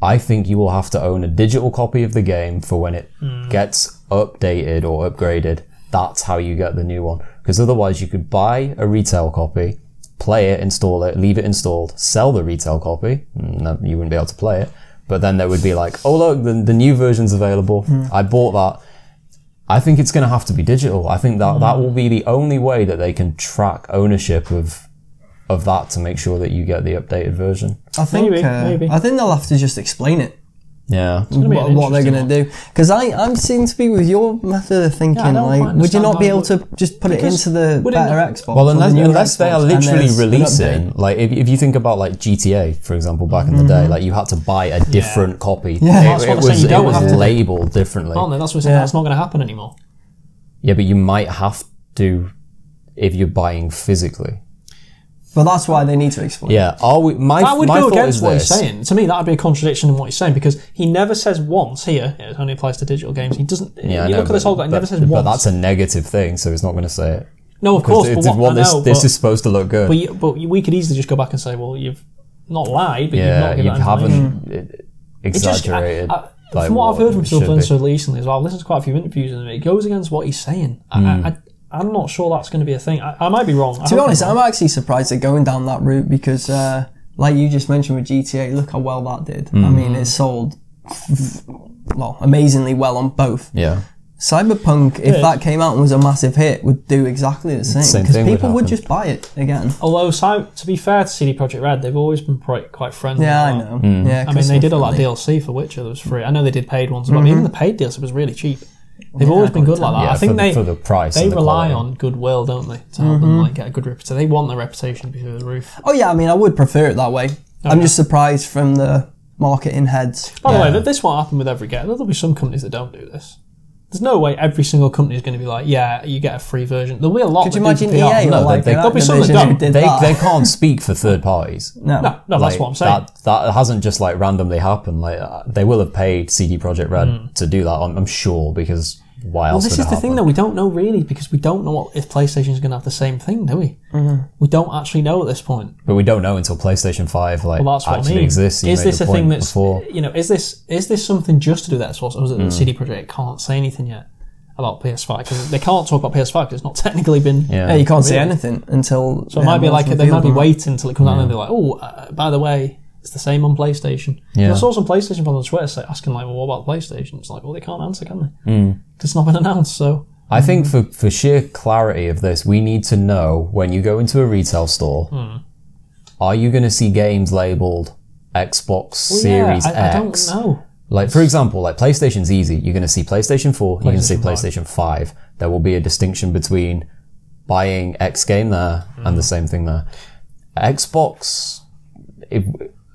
I think you will have to own a digital copy of the game for when it gets updated or upgraded. That's how you get the new one. Because otherwise, you could buy a retail copy, play it, install it, leave it installed, sell the retail copy. Mm, No, you wouldn't be able to play it. But then there would be like, oh, look, the, the new version's available. I bought that. I think it's going to have to be digital. I think that that will be the only way that they can track ownership of of that to make sure that you get the updated version.
I think
Maybe,
uh,
maybe.
I think they'll have to just explain it.
Yeah.
be
What,
an
what they're going
interesting
to do? Because I I seem to be with your method of thinking.
don't
like,
quite
would you
understand
not be
how
able
it
to just put it
because
into the
would it
better
not-
Xbox?
Well,
or the
unless,
newer
unless they are
Xbox, and
literally
there's an update?
releasing, like if, if you think about like GTA, for example, back in the day, like you had to buy a different copy.
Yeah.
it,
That's
Mm-hmm. what I'm
it
saying,
was,
you
it
don't
was
have to do-
labeled differently.
Aren't they? That's what we're saying.
Yeah.
That's not going to happen anymore.
Yeah, but you might have to if you're buying physically.
But that's why they need to explain.
Yeah. Are we? My
That would
my
go
thought
against
is
what
this.
he's saying. To me, that would be a contradiction in what he's saying because he never says once here. It only applies to digital games. He doesn't.
Yeah, I
you
know,
look at this whole guy. He never says once.
But that's a negative thing, so he's not going to say it.
no, of course.
Because
But
it's-
what,
what
I
this,
know,
this
but,
is supposed to look good.
but, you, but you- we could easily just go back and say, well, you've not lied, but
yeah,
you've
you
not given that information.
haven't it-
It just- I-
exaggerated.
I-
like
from what, I've heard from
it should
Phil
be.
Spencer recently as well, I've listened to quite a few interviews with him. It goes against what he's saying. I
Hmm.
I, I, I'm not sure that's going to be a thing. I, I might be wrong. I
To
hope
be
I'm
honest,
wrong.
I'm actually surprised they're going down that route because, uh, like you just mentioned with GTA, look how well that did. I
Mm-hmm.
mean, it sold well amazingly well on both.
Yeah,
Cyberpunk, if
Yeah.
that came out and was a massive hit, would do exactly the same
Same
because
thing would
people would,
happen.
just buy it again.
Although, si- to be fair to CD Projekt Red, they've always been quite, quite friendly.
Yeah, I
about-
Hmm.
know. Yeah,
I mean, they did a lot of DLC for Witcher that was free. I know they did paid ones, but I mean, even the paid DLC was really cheap. They've always been good like that.
Mm-hmm. yeah.
I think
for,
they
the, for the price,
they
and the
rely
quality. Mm-hmm.
on goodwill, don't they, to help them like get a good reputation. They want their reputation to be through the roof.
Oh yeah, I mean, I would prefer it that way. I'm just surprised from the marketing heads.
By the way, th- this won't happen with every game. There'll be some companies that don't do this. There's no way every single company is going to be like, yeah, you get a free version. There'll be a lot.
Could
that
you
do
imagine
the PR.
EA or
they-
like
they-
an
There'll
be some
Activision
that don't.
who did
They,
that?
they can't speak for third parties.
no.
No, no, that's
Like,
what I'm saying.
That, that hasn't just like randomly happened. Like uh, they will have paid CD Projekt Red to do that. I'm, I'm sure because why
Hmm. Well,
else
this
would
is
it
the thing
happen?
though. We don't know really because we don't know what if PlayStation is going to have the same thing, do we?
Mm-hmm.
We don't actually know at this point.
But we don't know until PlayStation Five like
Well, that's what
actually
I mean.
exists. You
is
made
this
the
a thing
point
that's
before? Mm.
you know? Is this is this something just to do that? Source, or is it that CD Projekt can't say anything yet about PS5 because they can't talk about PS5 because it's not technically been.
Yeah.
Yeah, you can't see anything until.
So it might be like they might be waiting until it comes out and they're like, oh, uh, by the way, it's the same on PlayStation. 'Cause
Yeah.
I saw some PlayStation fans on Twitter say, asking like, well, what about PlayStation? It's like, well, they can't answer, can they?
Hmm.
Because it's not been announced. So
I think
Mm.
for, for sheer clarity of this, we need to know when you go into a retail store,
Hmm.
are you going to see games labeled Xbox
Well,
Series
yeah, I, I don't
X?
know.
Like, for example, like PlayStation's easy. You're going to see PlayStation 4, you're going to see PlayStation 5. There will be a distinction between buying X game there and the same thing there. Xbox, if,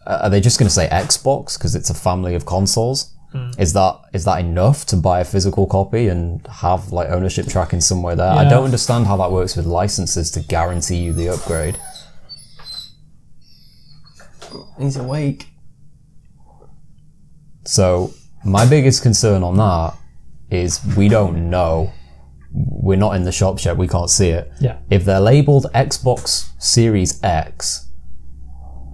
are they just going to say Xbox because it's a family of consoles? Is that is that enough to buy a physical copy and have like ownership tracking somewhere there? I
Yeah.
don't understand how that works with licenses to guarantee you the upgrade.
He's awake.
So my biggest concern on that is we don't know. We're not in the shops yet. We can't see it.
Yeah.
If they're labeled Xbox Series X,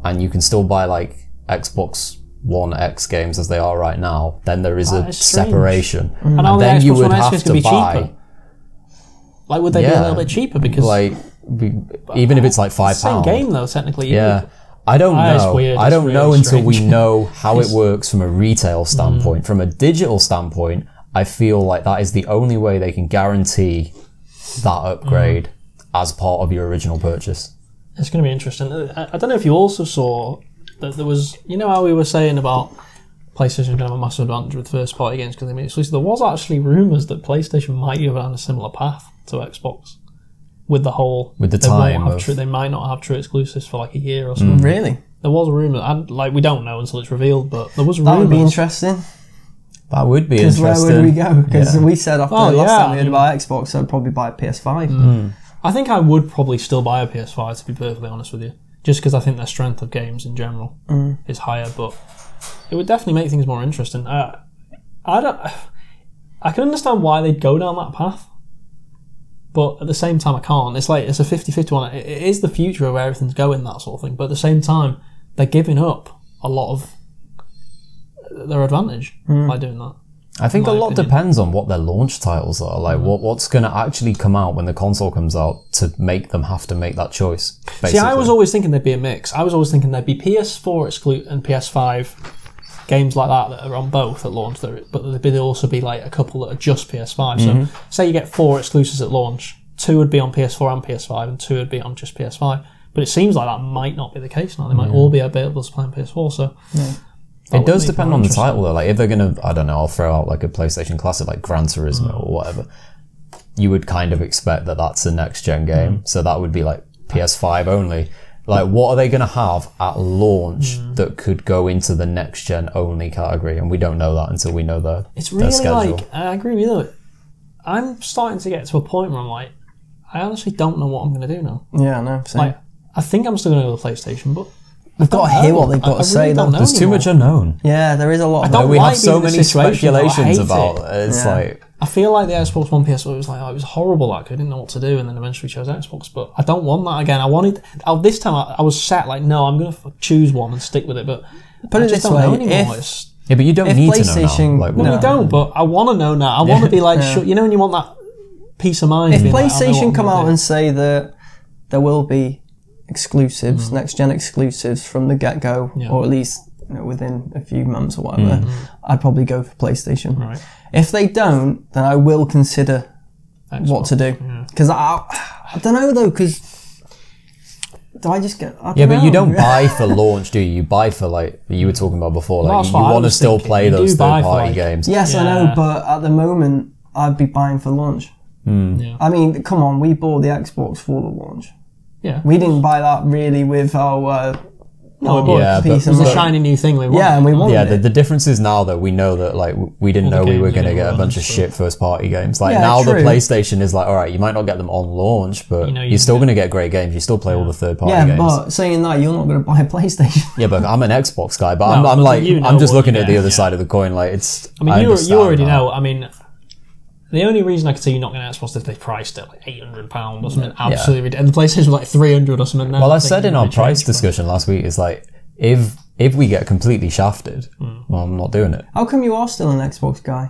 and you can still buy like Xbox One X games as they are right now, then there is
That
a
is strange.
separation, and,
all the
then you
Xbox
would
One X
have
is
to
gonna be
buy
cheaper. Like, would they be a
Yeah.
little bit cheaper? Because
like be- even if it's like five
same
pounds.
game though, technically.
Yeah. I don't
Ah, it's
know.
weird.
I
It's
don't
really
know until we
strange. Mm.
know how it works from a retail standpoint. From a digital standpoint, I feel like that is the only way they can guarantee that upgrade
Mm.
as part of your original purchase.
Uh, It's going to be interesting. I, I don't know if you also saw that there was, you know, how we were saying about PlayStation's going to have a massive advantage with first party games because they mean exclusive. There was actually rumours that PlayStation might go down a similar path to Xbox with the whole
With the
they won't
time
have
of- Mm.
true, they might not have true exclusives for like a year or something.
Really?
There was a rumour, and like we don't know until it's revealed, but there was
That would be
rumours.
interesting.
That would be
Because
interesting.
where would we go? Because we said after
Oh,
the last
yeah, Hmm.
time we
I
heard
mean-
about Xbox, I'd probably buy a PS5.
I think I would probably still buy a PS5 to be perfectly honest with you, just because I think their strength of games in general is higher. But it would definitely make things more interesting. Uh, I don't. I can understand why they'd go down that path, but at the same time, I can't. It's like it's a 50-50 one. It, it is the future of where everything's going, that sort of thing. But at the same time, they're giving up a lot of their advantage by doing that.
I think a
my Mm.
lot
opinion.
depends on what their launch titles are. Like, what what's going to actually come out when the console comes out to make them have to make that choice. Basically.
See, I was always thinking there'd be a mix. I was always thinking there'd be PS4 exclusive and PS5 games like that that are on both at launch, that are- but there'd be there'd also be like a couple that are just PS5. So, say you get four exclusives at launch, two would be on PS4 and PS5, and two would be on just PS5. But it seems like that might not be the case now. They might all be available to play on PS4. So, that
It
would
does
make
depend
more
on the
interesting.
title, though. Like, if they're going to, I don't know, I'll throw out like a PlayStation classic like Gran Turismo
Mm.
or whatever, you would kind of expect that that's a next gen game.
Mm.
So that would be like PS5 only. Like, what are they going to have at launch
Mm.
that could go into the next gen only category? And we don't know that until we know their,
It's
their
really
schedule.
like I agree with you. though. I'm starting to get to a point where I'm like, I honestly don't know what I'm going to do now.
Yeah, I know. Same.
Like, I think I'm still going to go to the PlayStation, but
We've got to hear what they've
I- I
got
really
to say.
don't
though.
know.
There's too much unknown.
Yeah, there is a lot. of
don't
that.
we
like
have so
being in
many
this situation, though. I
speculations
hate
about uh,
it.
It's
Yeah.
like,
I feel like the Xbox One PS4 was like, oh, it was horrible. Like, I didn't know what to do, and then eventually chose Xbox. But I don't want that again. I wanted. I, this time I, I was set like, no, I'm gonna f- choose one and stick with it. But
Put
I
it
just
this
don't know
way,
anymore.
if-
It's-
yeah, but you don't
If
need to know. Now.
PlayStation-
Like,
no,
what-
you don't. But I want to know now. I want to be like,
Yeah.
sure, you know, when you want that peace of mind.
if
to be like, I know what
PlayStation
I'm
come
gonna
out
do.
and say that there will be exclusives, next gen exclusives from the get go,
Mm-hmm. Yeah. Mm-hmm.
or at least you know, within a few months or whatever, I'd probably go for PlayStation.
Right.
If they don't, then I will consider what to do because I, I don't know though because. Do I just get? I
Yeah,
don't
but you
know.
don't buy for launch, do you? You buy for like you were talking about before. Like
That's
you
what I
want to
was
still
thinking.
play
You
those
do buy
third
for,
party
like-
games.
Yes, I know,
Yeah.
but at the moment, I'd be buying for launch.
Yeah.
I mean, come on, we bought the Xbox for the launch.
Yeah.
We didn't buy that really with our, uh,
No,
our
of course.
Yeah,
piece
but-
it
of
was a
but-
shiny new thing. We wanted.
yeah, and we wanted
Yeah, the,
it.
the difference is now that we know that like w- we didn't
All
know
the
we were
games are
going to get
gonna
a
run,
bunch of
so-
shit first party games. Like
Yeah,
now the
true.
PlayStation is like, all right, you might not get them on launch, but
You know
you are
you can
still
get-
going to get great games. You still play all the third party
yeah,
games.
but saying that, you're not going to buy a PlayStation.
yeah, but I'm an Xbox guy, but I'm,
No,
I'm
but
like
you know
I'm just
what
looking
you
at the
get,
other
yeah.
side of the coin. Like it's
I mean, you, you
understand
already
that.
know. I mean, the only reason I could say you're not going to Xbox is if they priced it like eight hundred pound or something absolutely ridiculous, and the PlayStation was like three hundred or something. Now
Well, I
think
said
they're
in our
gonna
price
change, but-
discussion last week is like if if we get completely shafted,
Hmm.
well, I'm not doing it.
How come you are still an Xbox guy?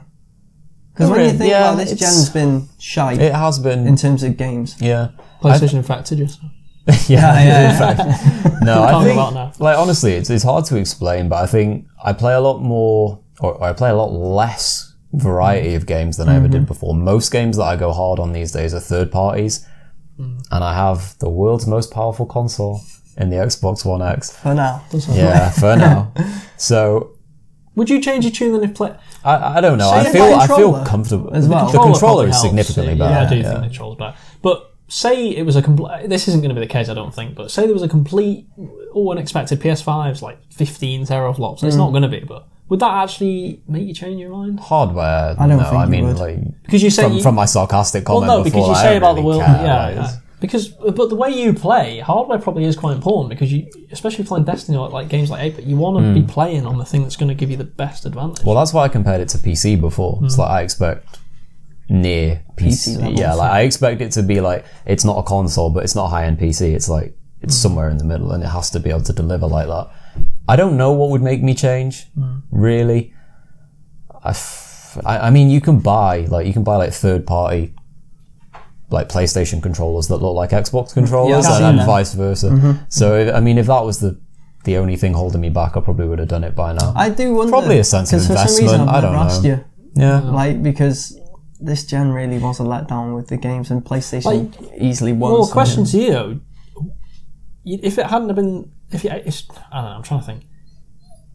Because
Not
when you
really.
think,
Yeah,
well, this
it's-
gen's been shy
It has been
in terms of games.
Yeah.
PlayStation, in fact, did you?
yeah,
yeah,
in fact. No, I
Can't
think,
go out now.
like, honestly, it's, it's hard to explain, but I think I play a lot more, or I play a lot less variety of games than I ever did before. Most games that I go hard on these days are third parties, and I have the world's most powerful console in the Xbox One X.
For now.
Yeah, for now. So.
Would you change your tune then if play?
I, I don't know.
So
I
you
feel I feel
controller
comfortable
as well?
The controller
Oh, probably
is
helps.
significantly
Yeah,
better.
I do
yeah.
think the controller's better. But say it was a complete. This isn't going to be the case, I don't think. But say there was a complete, all unexpected PS5's like fifteen teraflops.
Hmm.
It's not going to be, but. Would that actually make you change your mind?
Hardware.
I don't
no,
think
I
you
mean,
would.
like
Because you say
from,
you,
from my sarcastic
well,
comment
no,
before,
because you
I
say
don't
about the
really
world,
care,
yeah,
like,
yeah. Because but the way you play, hardware probably is quite important because you, especially playing Destiny or like games like Apex, you want to
Hmm.
be playing on the thing that's going to give you the best advantage.
Well, that's why I compared it to PC before. It's like I expect near
PC
PC.
levels,
yeah, like I expect it to be like it's not a console, but it's not high end PC. It's like it's somewhere in the middle, and it has to be able to deliver like that. I don't know what would make me change, really. I, f- I, I mean, you can buy like you can buy like third party. Like PlayStation controllers that look like Xbox controllers,
I've seen
and,
Mm-hmm.
and
them.
vice versa. So, if, I mean, if that was the the only thing holding me back, I probably would have done it by now.
I do wonder.
Probably a sense of
'cause For some reason,
investment,
I've
I don't
never asked
know.
you.
yeah,
Like, because this gen really was a letdown with the games, and PlayStation easily won.
Well,
some.
Oh, question to you: you- if it hadn't have been, if you, it's, I don't know, I'm trying to think.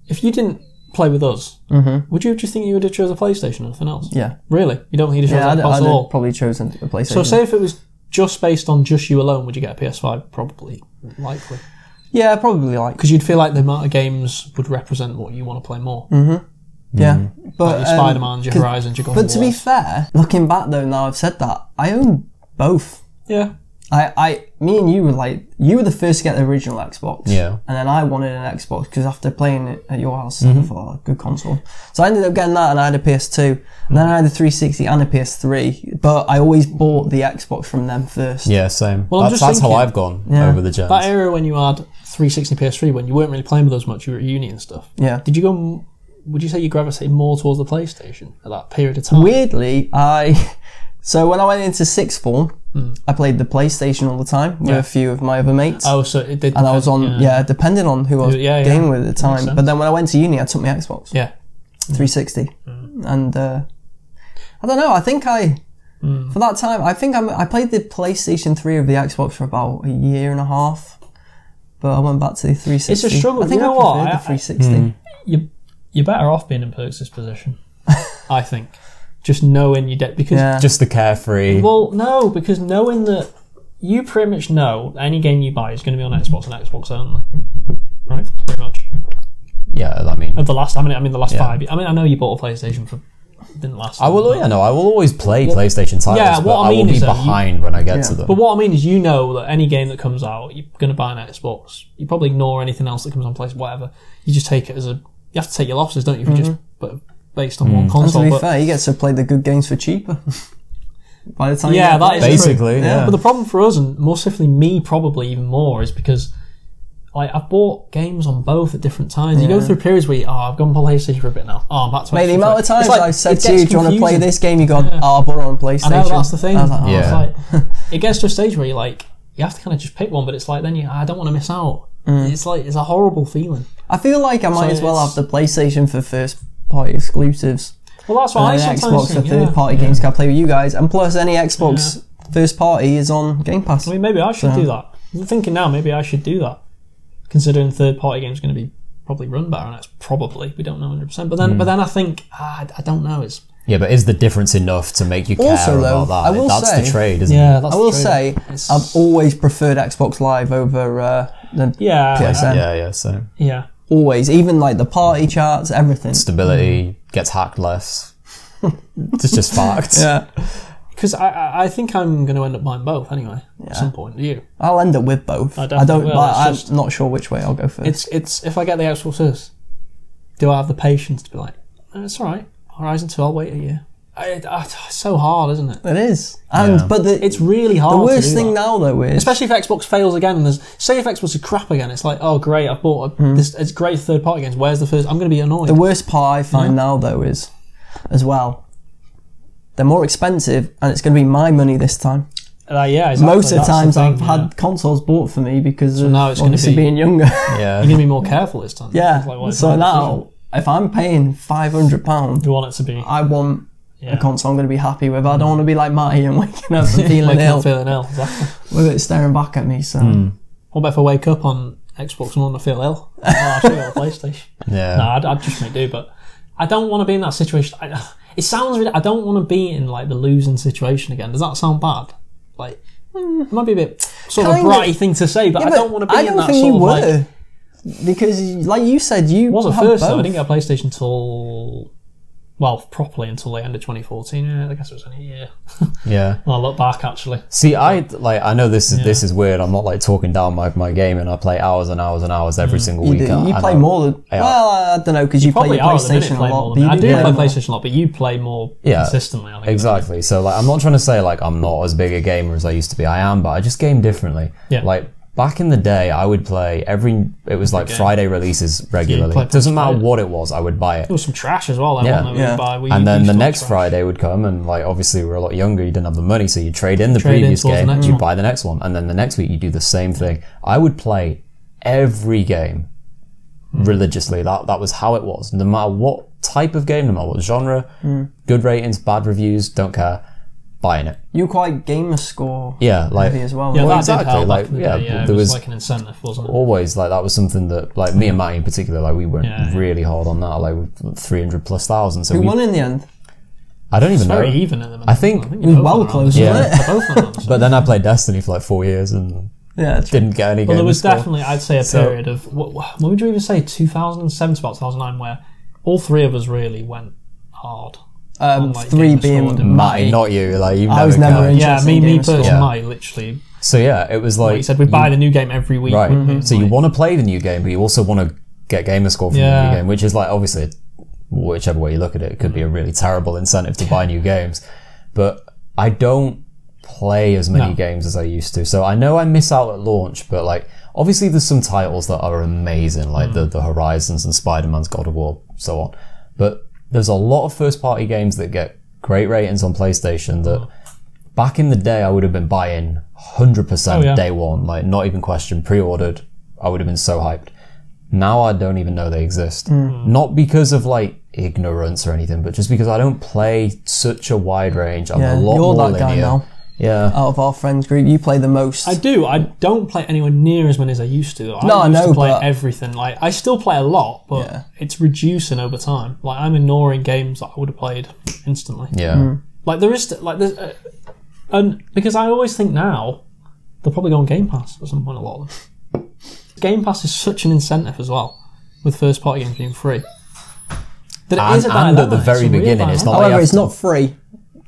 If you didn't play with us, mm-hmm. would you? Do you think you would have chose a PlayStation or anything else?
Yeah.
Really? You don't think you'd have
Yeah, I'd,
chosen a console?
I'd
at
have
all?
probably chosen a PlayStation.
So say if it was just based on just you alone, would you get a PS5? Probably, likely,
yeah, probably like
because you'd feel like the amount of games would represent what you want to play more.
Hmm.
yeah, but
Like your
Mm. um,
Spider Man's, your
'cause-
Horizons, your God
But
of
to
War.
be fair, looking back though, now I've said that I own both.
yeah,
I, I, me and you were like, you were the first to get the original Xbox.
Yeah.
And then I wanted an Xbox because after playing it at your house,
Mm-hmm.
I thought, oh, good console. So I ended up getting that and I had a PS2. And then I had a 360 and a PS3. But I always bought the Xbox from them first.
Yeah, same.
Well, I'm
that's
just
that's how
thinking-
I've gone
Yeah.
over the gens.
that era when you had 360, PS3, when you weren't really playing with us much, you were at uni and stuff.
Yeah.
Did you go? m- Would you say you gravitated more towards the PlayStation at that period of time?
Weirdly, I, so when I went into sixth form,
Mm.
I played the PlayStation all the time with
Yeah.
a few of my other mates.
oh, so it did.
and I was on, yeah.
yeah,
depending on who I was
Yeah, yeah.
gaming with at the time.
sense.
But then when I went to uni, I took my Xbox.
yeah. Mm.
360 and uh, i don't know i think i
Mm.
for that time i think I'm, i played the playstation 3 of the xbox for about a year and a half but i went back to the 360
struggle,
i think
you know
i
what?
preferred
I-
the
I-
360
you you're better off being in Perks' position, I think. Just knowing your debt because
yeah
just the carefree.
well, no, because knowing that you pretty much know any game you buy is going to be on Xbox and Xbox only, right? Pretty much.
yeah, I mean,
Of the last, I mean, I mean the last
Yeah.
five. ye- I mean, I know you bought a PlayStation for didn't last.
I will.
long,
Yeah, no, I will always play PlayStation titles,
yeah,
but
what I
I,
mean
will be
is that you-
behind when I get to
Yeah.
them.
But what I mean is, you know that any game that comes out, you're going to buy an Xbox. You probably ignore anything else that comes on PlayStation, whatever. You just take it as a. You have to take your losses, don't you? If you just but based on
Mm.
one
Mm-hmm. and to
console.
be
but,
fair you get to play the good games for cheaper by the time you
Yeah,
get
that
there.
is
Basically, yeah.
But the problem for us, and more specifically me, probably even more, is because like I've bought games on both at different times. You go through periods where you, oh, I've gone PlayStation for a bit now. Oh, I'm back to
Mate, the
Xbox.
amount of
It's
times
like,
I've said
it
to
gets
you, do you want to play
confusing.
this game? You gone, oh, I bought it on PlayStation.
I know that's the thing.
I was like, oh,
Yeah.
It's like, it gets to a stage where you're like, you have to kind of just pick one, but it's like then you, I don't want to miss out.
Mm.
It's like it's a horrible feeling.
I feel like I might
So
as well
it's-
have the PlayStation for first party exclusives.
Well, that's what
and
I
then
sometimes
Xbox for
think.
third
yeah.
party games can I play with you guys, and plus any Xbox first party is on Game Pass.
I mean, maybe I should do that. I'm thinking now, maybe I should do that, considering third-party games going to be probably run better, and that's probably we don't know 100. percent But then,
Mm.
but then I think ah, I, I don't know. It's
yeah, but is the difference enough to make you care
Also, though,
about that?
I will
that's
say-
the trade, isn't it?
that's
I will
true.
say
It's-
I've always preferred Xbox Live over uh, the
yeah,
PSN.
Yeah, yeah. So
yeah.
Always, even like the party charts, everything.
stability gets hacked less. it's just fact.
Yeah,
Because I, I, I think I'm going to end up buying both anyway at some point. Do you?
I'll end up with both.
I
I,
definitely
don't.
will,
like,
it's
I'm
just-
not sure which way I'll go first.
It's it's if I get the Xbox first, do I have the patience to be like, "Eh, it's all right, Horizon Two, I'll wait a year. I, I, it's so hard, isn't it?
It is, and
Yeah.
but the,
It's really hard.
the
to
worst
do
thing
that.
now though is
especially if Xbox fails again. And there's say if Xbox is crap again, it's like, oh great, I've bought a, this. It's great third party games. Where's the first? I'm going to be annoyed.
Hmm. The worst part I find now though is, as well, they're more expensive, and it's going to be my money this time.
Uh, yeah, exactly.
Most of the
That's
times
thing,
I've
yeah.
had consoles bought for me because of
now it's gonna
obviously
be-
being younger.
You're
yeah.
going to be more careful this time.
yeah.
It's like, well, it's
so
not-
now, if I'm paying five hundred pound,
you want it to be
I want
Yeah. Mm.
a console I'm going to be happy with. I don't want to be like Marty and waking up and feeling
waking
ill
up feeling Mm. ill. Exactly.
with it staring back at me. So
What about if I wake up on Xbox One and I feel ill? Oh, I should have got a PlayStation.
Yeah.
No, I'd, I'd just make do, but I don't want to be in that situation. I, it sounds really. I don't want to be in like the losing situation again. Does that sound bad? Like, it might be a bit sort of a
Kinda.
bratty thing to say, but I
Yeah,
don't
but
want to be
I
in
don't
that
think
sort
you
of
were.
like.
because, like you said, you
Was at
had
first though. I
both.
didn't get a PlayStation till well, properly until the end of 2014. Yeah, I guess it was only a year.
yeah.
Well, I look back actually.
See, I like. I know this is this is weird. I'm not like talking down my, my game, and I play hours and hours and hours
Mm.
every single
you,
week.
do.
I-
you
I
play
know.
more than
Yeah.
well, I don't know because you, play
Probably
your
are at the minute
PlayStation a
play more
lot.
than
but
I
you
do play
more.
PlayStation a lot, but you play more
Yeah.
consistently. I think.
Exactly. So like I'm not trying to say like I'm not as big a gamer as I used to be. I am, but I just game differently.
Yeah.
Like back in the day, I would play every. It was like Friday releases regularly.
play
Doesn't matter
Friday.
what it was, I would buy it.
There was some trash as well.
Yeah.
Yeah,
Yeah.
Buy. We
And then
used
the
to buy
next
trash.
Friday would come, and like obviously we were a lot younger, you didn't have the money, so you trade in the
Trade in
previous
towards the
game,
next
you
one.
buy the next one, and then the next week you do the same thing. I would play every game
Hmm.
religiously. That that was how it was. No
Hmm.
matter what type of game, no matter what genre, good ratings, bad reviews, don't care. buying it.
You were quite gamer score
Yeah, like
heavy as well. weren't
Yeah,
Well,
that
exactly,
did help.
like,
back in the
yeah,
day,
there
it was,
was-
like an incentive, wasn't it?
always like that was something that like me and Matty in particular like we went
Yeah, yeah.
really hard on that like with 300 plus thousand so
you? Who
we,
won in the end?
I don't even know
Very even at the minute.
I think-
It was
both
well
are on
close,
the-
Yeah.
wasn't it?
they're both on the-
but then I played Destiny for like four years and
Yeah, that's
didn't get any
Well, there
gamer
was
score.
definitely, I'd say, a
So-
period of what, what would you even say, 2007 to about 2009, where all three of us really went hard.
Um,
Unlike
three
gamer score,
being
didn't
Matty
Matty.
not you like you
I was
never
never
got-
in.
Yeah,
Interesting
me, me
gamer score.
personally,
Yeah.
literally,
so yeah it was
like
like
you said, we'd buy the new game every week.
right so you want to play the new game but you also want to get gamer score from the
Yeah.
new game which is like obviously whichever way you look at it it could be a really terrible incentive to buy new games but I don't play as many
No.
games as I used to. So I know I miss out at launch, but like obviously there's some titles that are amazing, like
Hmm.
the, the Horizons and Spider Man's God of War, so on. But there's a lot of first party games that get great ratings on PlayStation
Hmm.
that back in the day I would have been buying 100%
Oh, yeah.
day one, like not even question, pre ordered. I would have been so hyped. Now I don't even know they exist. Not because of like ignorance or anything, but just because I don't play such a wide range. I'm
Yeah,
a lot
you're
more
that guy
linear.
now.
Yeah.
Out of our friends group, you play the most.
I do. I don't play anywhere near as many as I used to. Though. I
No, I
used
know,
to play
but-
everything. Like I still play a lot, but
Yeah.
it's reducing over time. Like I'm ignoring games that I would have played instantly.
yeah.
Like there is like there's, uh, and because I always think now they'll probably go on Game Pass at some point. A lot of them. Game Pass is such an incentive as well, with first party games being free. That it
And-
is a
and at the
dilemma. It's a
very
real
beginning, it's
dilemma.
not-
However,
have
it's
to-
not free.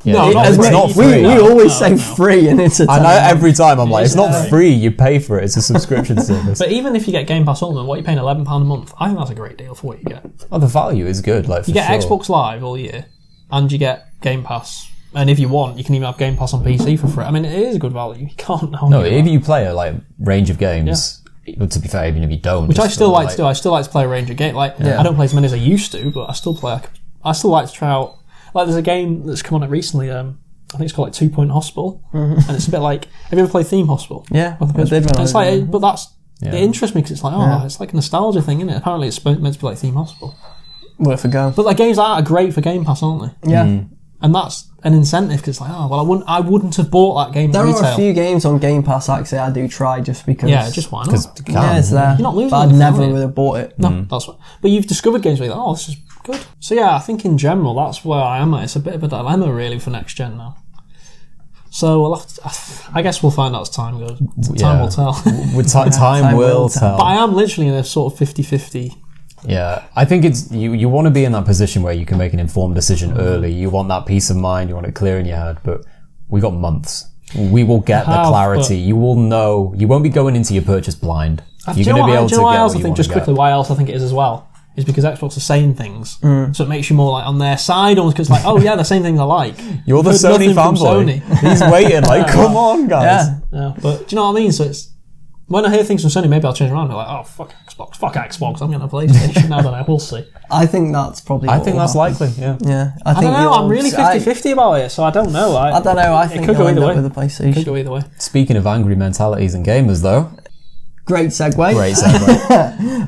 Yeah.
No, not
As
it's
free.
not
we,
free.
We,
Oh, no,
always
no,
say
no.
free, and it's a
I know
time.
every time I'm like,
is
it's not
free.
free. You pay for it. It's a subscription service.
But even if you get Game Pass Ultimate, what you're paying eleven pound a month, I think that's a great deal for what you get.
oh, the value is good. Like for
You get
sure.
Xbox Live all year, and you get Game Pass. And if you want, you can even have Game Pass on PC for free. I mean, it is a good value. You can't argue
No,
that.
if you play a like range of games, well, to be fair, even if you don't,
which I still like, to do. I still like to play a range of game. Like I don't play as many as I used to, but I still play. I, I still like to try out. Like there's a game that's come on it recently. Um, I think it's called like Two Point Hospital, and it's a bit like. Have you ever played Theme Hospital?
Mhm. Yeah,
Well,
I did when I
it's
was
like,
younger.
but that's
Yeah.
it interests me because it's like, oh, it's like a nostalgia thing, isn't it? Apparently, it's spo- meant to be like Theme Hospital,
worth a go.
but like games like that are great for Game Pass, aren't they?
Yeah,
and that's an incentive because like, oh well, I wouldn't, I wouldn't have bought that game
there
at
are
retail.
a few games on Game Pass actually I do try just because.
yeah, just why
because
not?
yeah, it's there.
You're not losing
but I
anything,
never
are you?
would have bought it.
No,
Mm.
that's what. But you've discovered games where you're like, oh, this is good. So yeah, I think in general that's where I am at. It's a bit of a dilemma really for next gen now. So we'll have to, I guess we'll find out as time goes. Time
yeah.
will tell.
With ti- time,
time
will,
will
tell.
but I am literally in a sort of 50-50
Yeah, I think it's you. You want to be in that position where you can make an informed
Mm-hmm.
decision early. You want that peace of mind. You want it clear in your head. But we got months. We will get
have,
the clarity. You will know. You won't be going into your purchase blind. You're
Do you
going
know
to be
what-
able
do
to
you
get
know why else
what
I
you
think
want
just
to
quickly
get.
why else I think it is as well is because Xbox are saying things,
Mm.
so it makes you more like on their side almost because like oh yeah, the same things I like.
You're the
Heard
Sony
nothing from
fanboy.
Sony.
He's waiting. Like, come on, guys.
Yeah,
Yeah, but do you know what I mean? So it's when I hear things from Sony, maybe I'll change around. and be like, oh fuck Xbox, fuck Xbox, I'm getting a PlayStation. I don't know, we'll see.
I think that's probably.
I
what
think
will
that's
happen.
likely. Yeah.
Yeah,
I don't know.
you'll-
I'm really
I-
50-50 about it, so I don't know. I,
I don't know. I
It
think
could
you'll
go
end
either
up
way.
with a
Could
PlayStation.
go either way.
Speaking of angry mentalities and gamers, though,
Great segue.
great segue.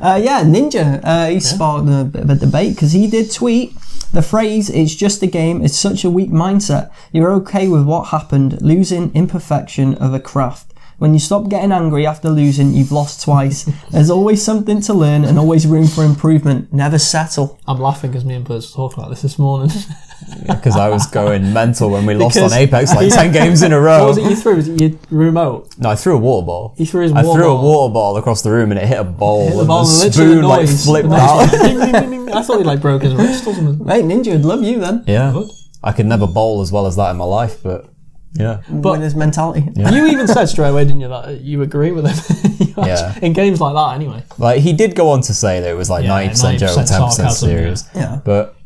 Uh, yeah, Ninja. Uh, he sparked a bit of a debate because he did tweet the phrase "It's just a game" is such a weak mindset. You're okay with what happened, losing imperfection of a craft. When you stop getting angry after losing, you've lost twice. There's always something to learn and always room for improvement. Never settle.
I'm laughing because me and Bert were talking about this this morning.
Because I was going mental when we lost on
Because-
Apex like ten games in a row.
what was it you threw? Was it your remote?
No, I threw a water ball.
He threw his
I
water
threw
ball.
a water ball across the room and it hit a bowl.
The
and
ball
the
literally
spoon like
noise.
flipped
The noise
out.
was ding, ding, ding, ding. I thought he like broke his wrist or something.
Mate, Ninja would love you then.
Yeah.
Good.
I could never bowl as well as that in my life, but yeah.
But Winner's mentality.
You even said straight away, didn't you, that you agree with him? You
Yeah.
actually- In games like that, anyway.
Like he did go on to say that it was like
Yeah,
ninety percent joke and
90%
ten percent
sarcasm,
serious.
Yeah.
But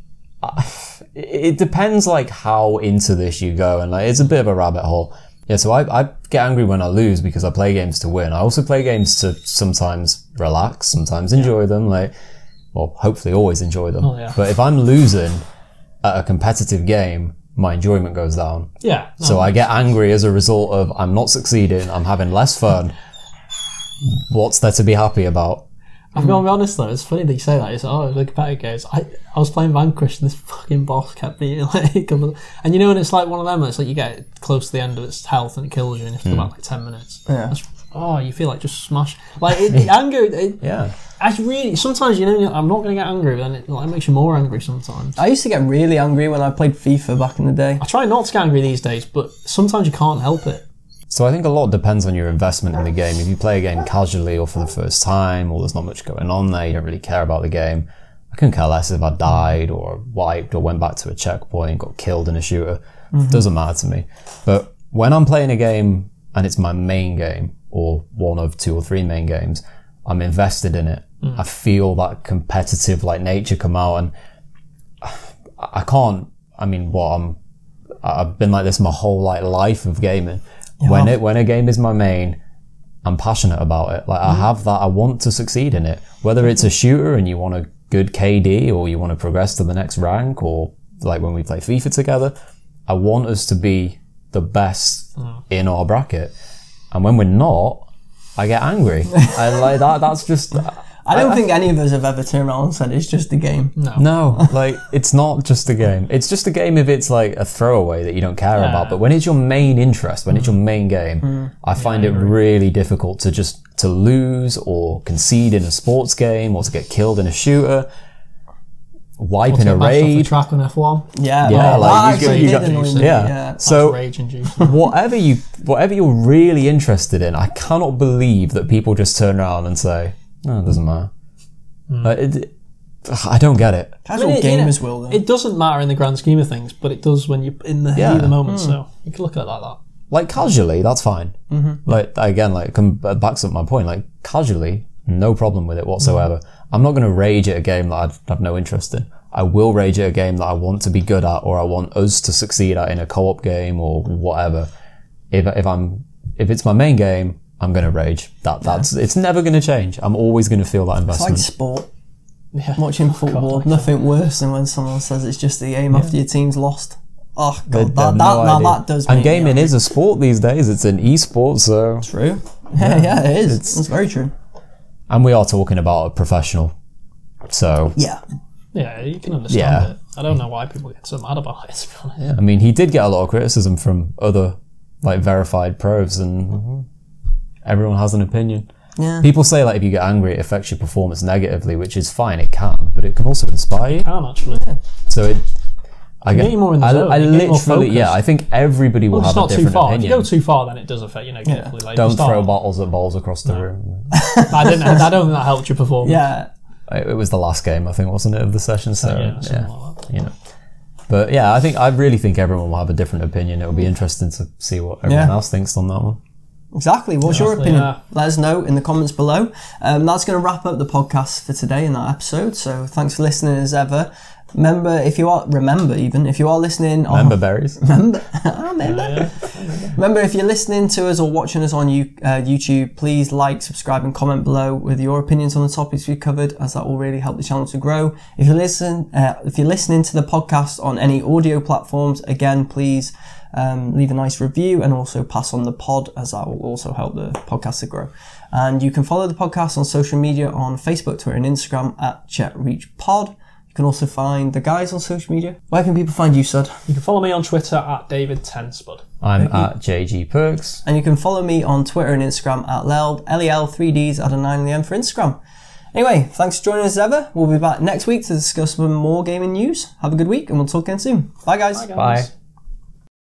I- it depends like how into this you go, and like it's a bit of a rabbit hole. Yeah, so I, I get angry when I lose because I play games to win. I also play games to sometimes relax, sometimes enjoy them. Like, well, hopefully always enjoy them.
Oh, yeah.
But if I'm losing at a competitive game, my enjoyment goes down.
Yeah. no,
So I get angry as a result of I'm not succeeding, I'm having less fun. What's there to be happy about?
I've got to be honest though, it's funny that you say that. It's oh, look back guys. I, I was playing Vanquish and this fucking boss kept being like, and you know, and it's like one of them. It's like you get close to the end of its health and it kills you, and you have to go
Hmm.
back like ten minutes.
Yeah.
That's- oh, you feel like just smash. Like it, it anger. It,
Yeah.
I really sometimes you know I'm not gonna get angry, but then it like makes you more angry sometimes.
I used to get really angry when I played FIFA back in the day.
I try not to get angry these days, but sometimes you can't help it.
So I think a lot depends on your investment in the game. If you play a game casually or for the first time, or there's not much going on there, you don't really care about the game. I couldn't care less if I died or wiped or went back to a checkpoint, got killed in a shooter. Doesn't matter to me. But when I'm playing a game and it's my main game or one of two or three main games, I'm invested in it. I feel that competitive like nature come out, and I I can't. I mean, what I'm I've been like this my whole like life of gaming. When it when a game is my main, I'm passionate about it. Like I have that. I want to succeed in it. Whether it's a shooter and you want a good KD or you want to progress to the next rank or like when we play FIFA together, I want us to be the best in our bracket. And when we're not, I get angry. I like that. That's just
I don't think any of us have ever turned around and said it's just a game.
no, like it's not just a game. It's just a game if it's like a throwaway that you don't care about. But when it's your main interest, when it's your main game, Mm. I find it really difficult to just to lose or concede in a sports game or to get killed in a shooter, wipe in a
Get bashed off the
raid.
track on F1.
Yeah,
Yeah,
that
like you,
actually
you
did
got,
annoy me,
yeah.
yeah.
So
Rage induced.
whatever you whatever you're really interested in, I cannot believe that people just turn around and say, "No, it doesn't matter." Like, it- I don't get it.
Casual
I mean, it- you know,
gamers will though.
It doesn't matter in the grand scheme of things, but it does when you're in the heat
Yeah. Hmm.
of the moment. So you can look at it like that.
like casually, that's fine.
Mm-hmm.
Like again, like come that backs up my point. Like casually, no problem with it whatsoever.
Mm-hmm.
I'm not going to rage at a game that I have no interest in. I will rage at a game that I want to be good at, or I want us to succeed at in a co-op game or whatever. If if I'm if it's my main game, I'm going to rage. That that's it's never going to change. I'm always going to feel that
It's like
investment.
sport.
Yeah.
Oh,
Watching football, nothing worse than when someone says it's just a game after your team's lost. Oh god,
They-
that,
they
that,
have no
now
idea.
that does.
and
make me
gaming is a sport these days. It's an e-sport, so
true. Yeah, yeah, it is. It's, very true.
and we are talking about a professional. So
Yeah,
Yeah, you can understand
Yeah.
it. I don't know why people get so mad about it, to be honest.
I mean, he did get a lot of criticism from other like verified pros,
Mm-hmm.
and everyone has an opinion.
yeah.
People say like if you get angry, it affects your performance negatively, which is fine. It can, but it can also inspire you.
Can actually.
So it, I
get you more in the
I,
zone,
I
you get more
literally, yeah,
focused.
I think everybody will
Well, it's
have a
not too
different
far. If you go
opinion.
too far, then it does affect you negatively. Like,
Don't
you start-
throw bottles at balls across the room.
I don't. I don't think that helped your performance.
Yeah,
It, it was the last game, I think, wasn't it, of the session? So
yeah,
yeah.
something like that.
you know. But yeah, I think I really think everyone will have a different opinion. It'll be interesting to see what everyone
Yeah.
else thinks on that one.
exactly. What's your
Exactly,
opinion?
yeah.
Let us know in the comments below. Um, that's going to wrap up the podcast for today in that episode. So thanks for listening as ever. Remember, if you are remember even if you are listening on
Oh.
Remember berries.
remember, I remember. Remember, if you're listening to us or watching us on you, uh, YouTube, please like, subscribe, and comment below with your opinions on the topics we covered, as that will really help the channel to grow. If you listen, uh, if you're listening to the podcast on any audio platforms, again, please um, leave a nice review and also pass on the pod, as that will also help the podcast to grow. And you can follow the podcast on social media on Facebook, Twitter, and Instagram at ChetReachPod. You can also find the guys on social media. Where can people find you, Sud?
You can follow me on Twitter at David Tenspud.
I'm at JG Perks.
And you can follow me on Twitter and Instagram at Lelb, L-E-L-3Ds at a 9 in the M for Instagram. Anyway, thanks for joining us as ever. We'll be back next week to discuss some more gaming news. Have a good week and we'll talk again soon. Bye guys.
Bye, guys.
Bye.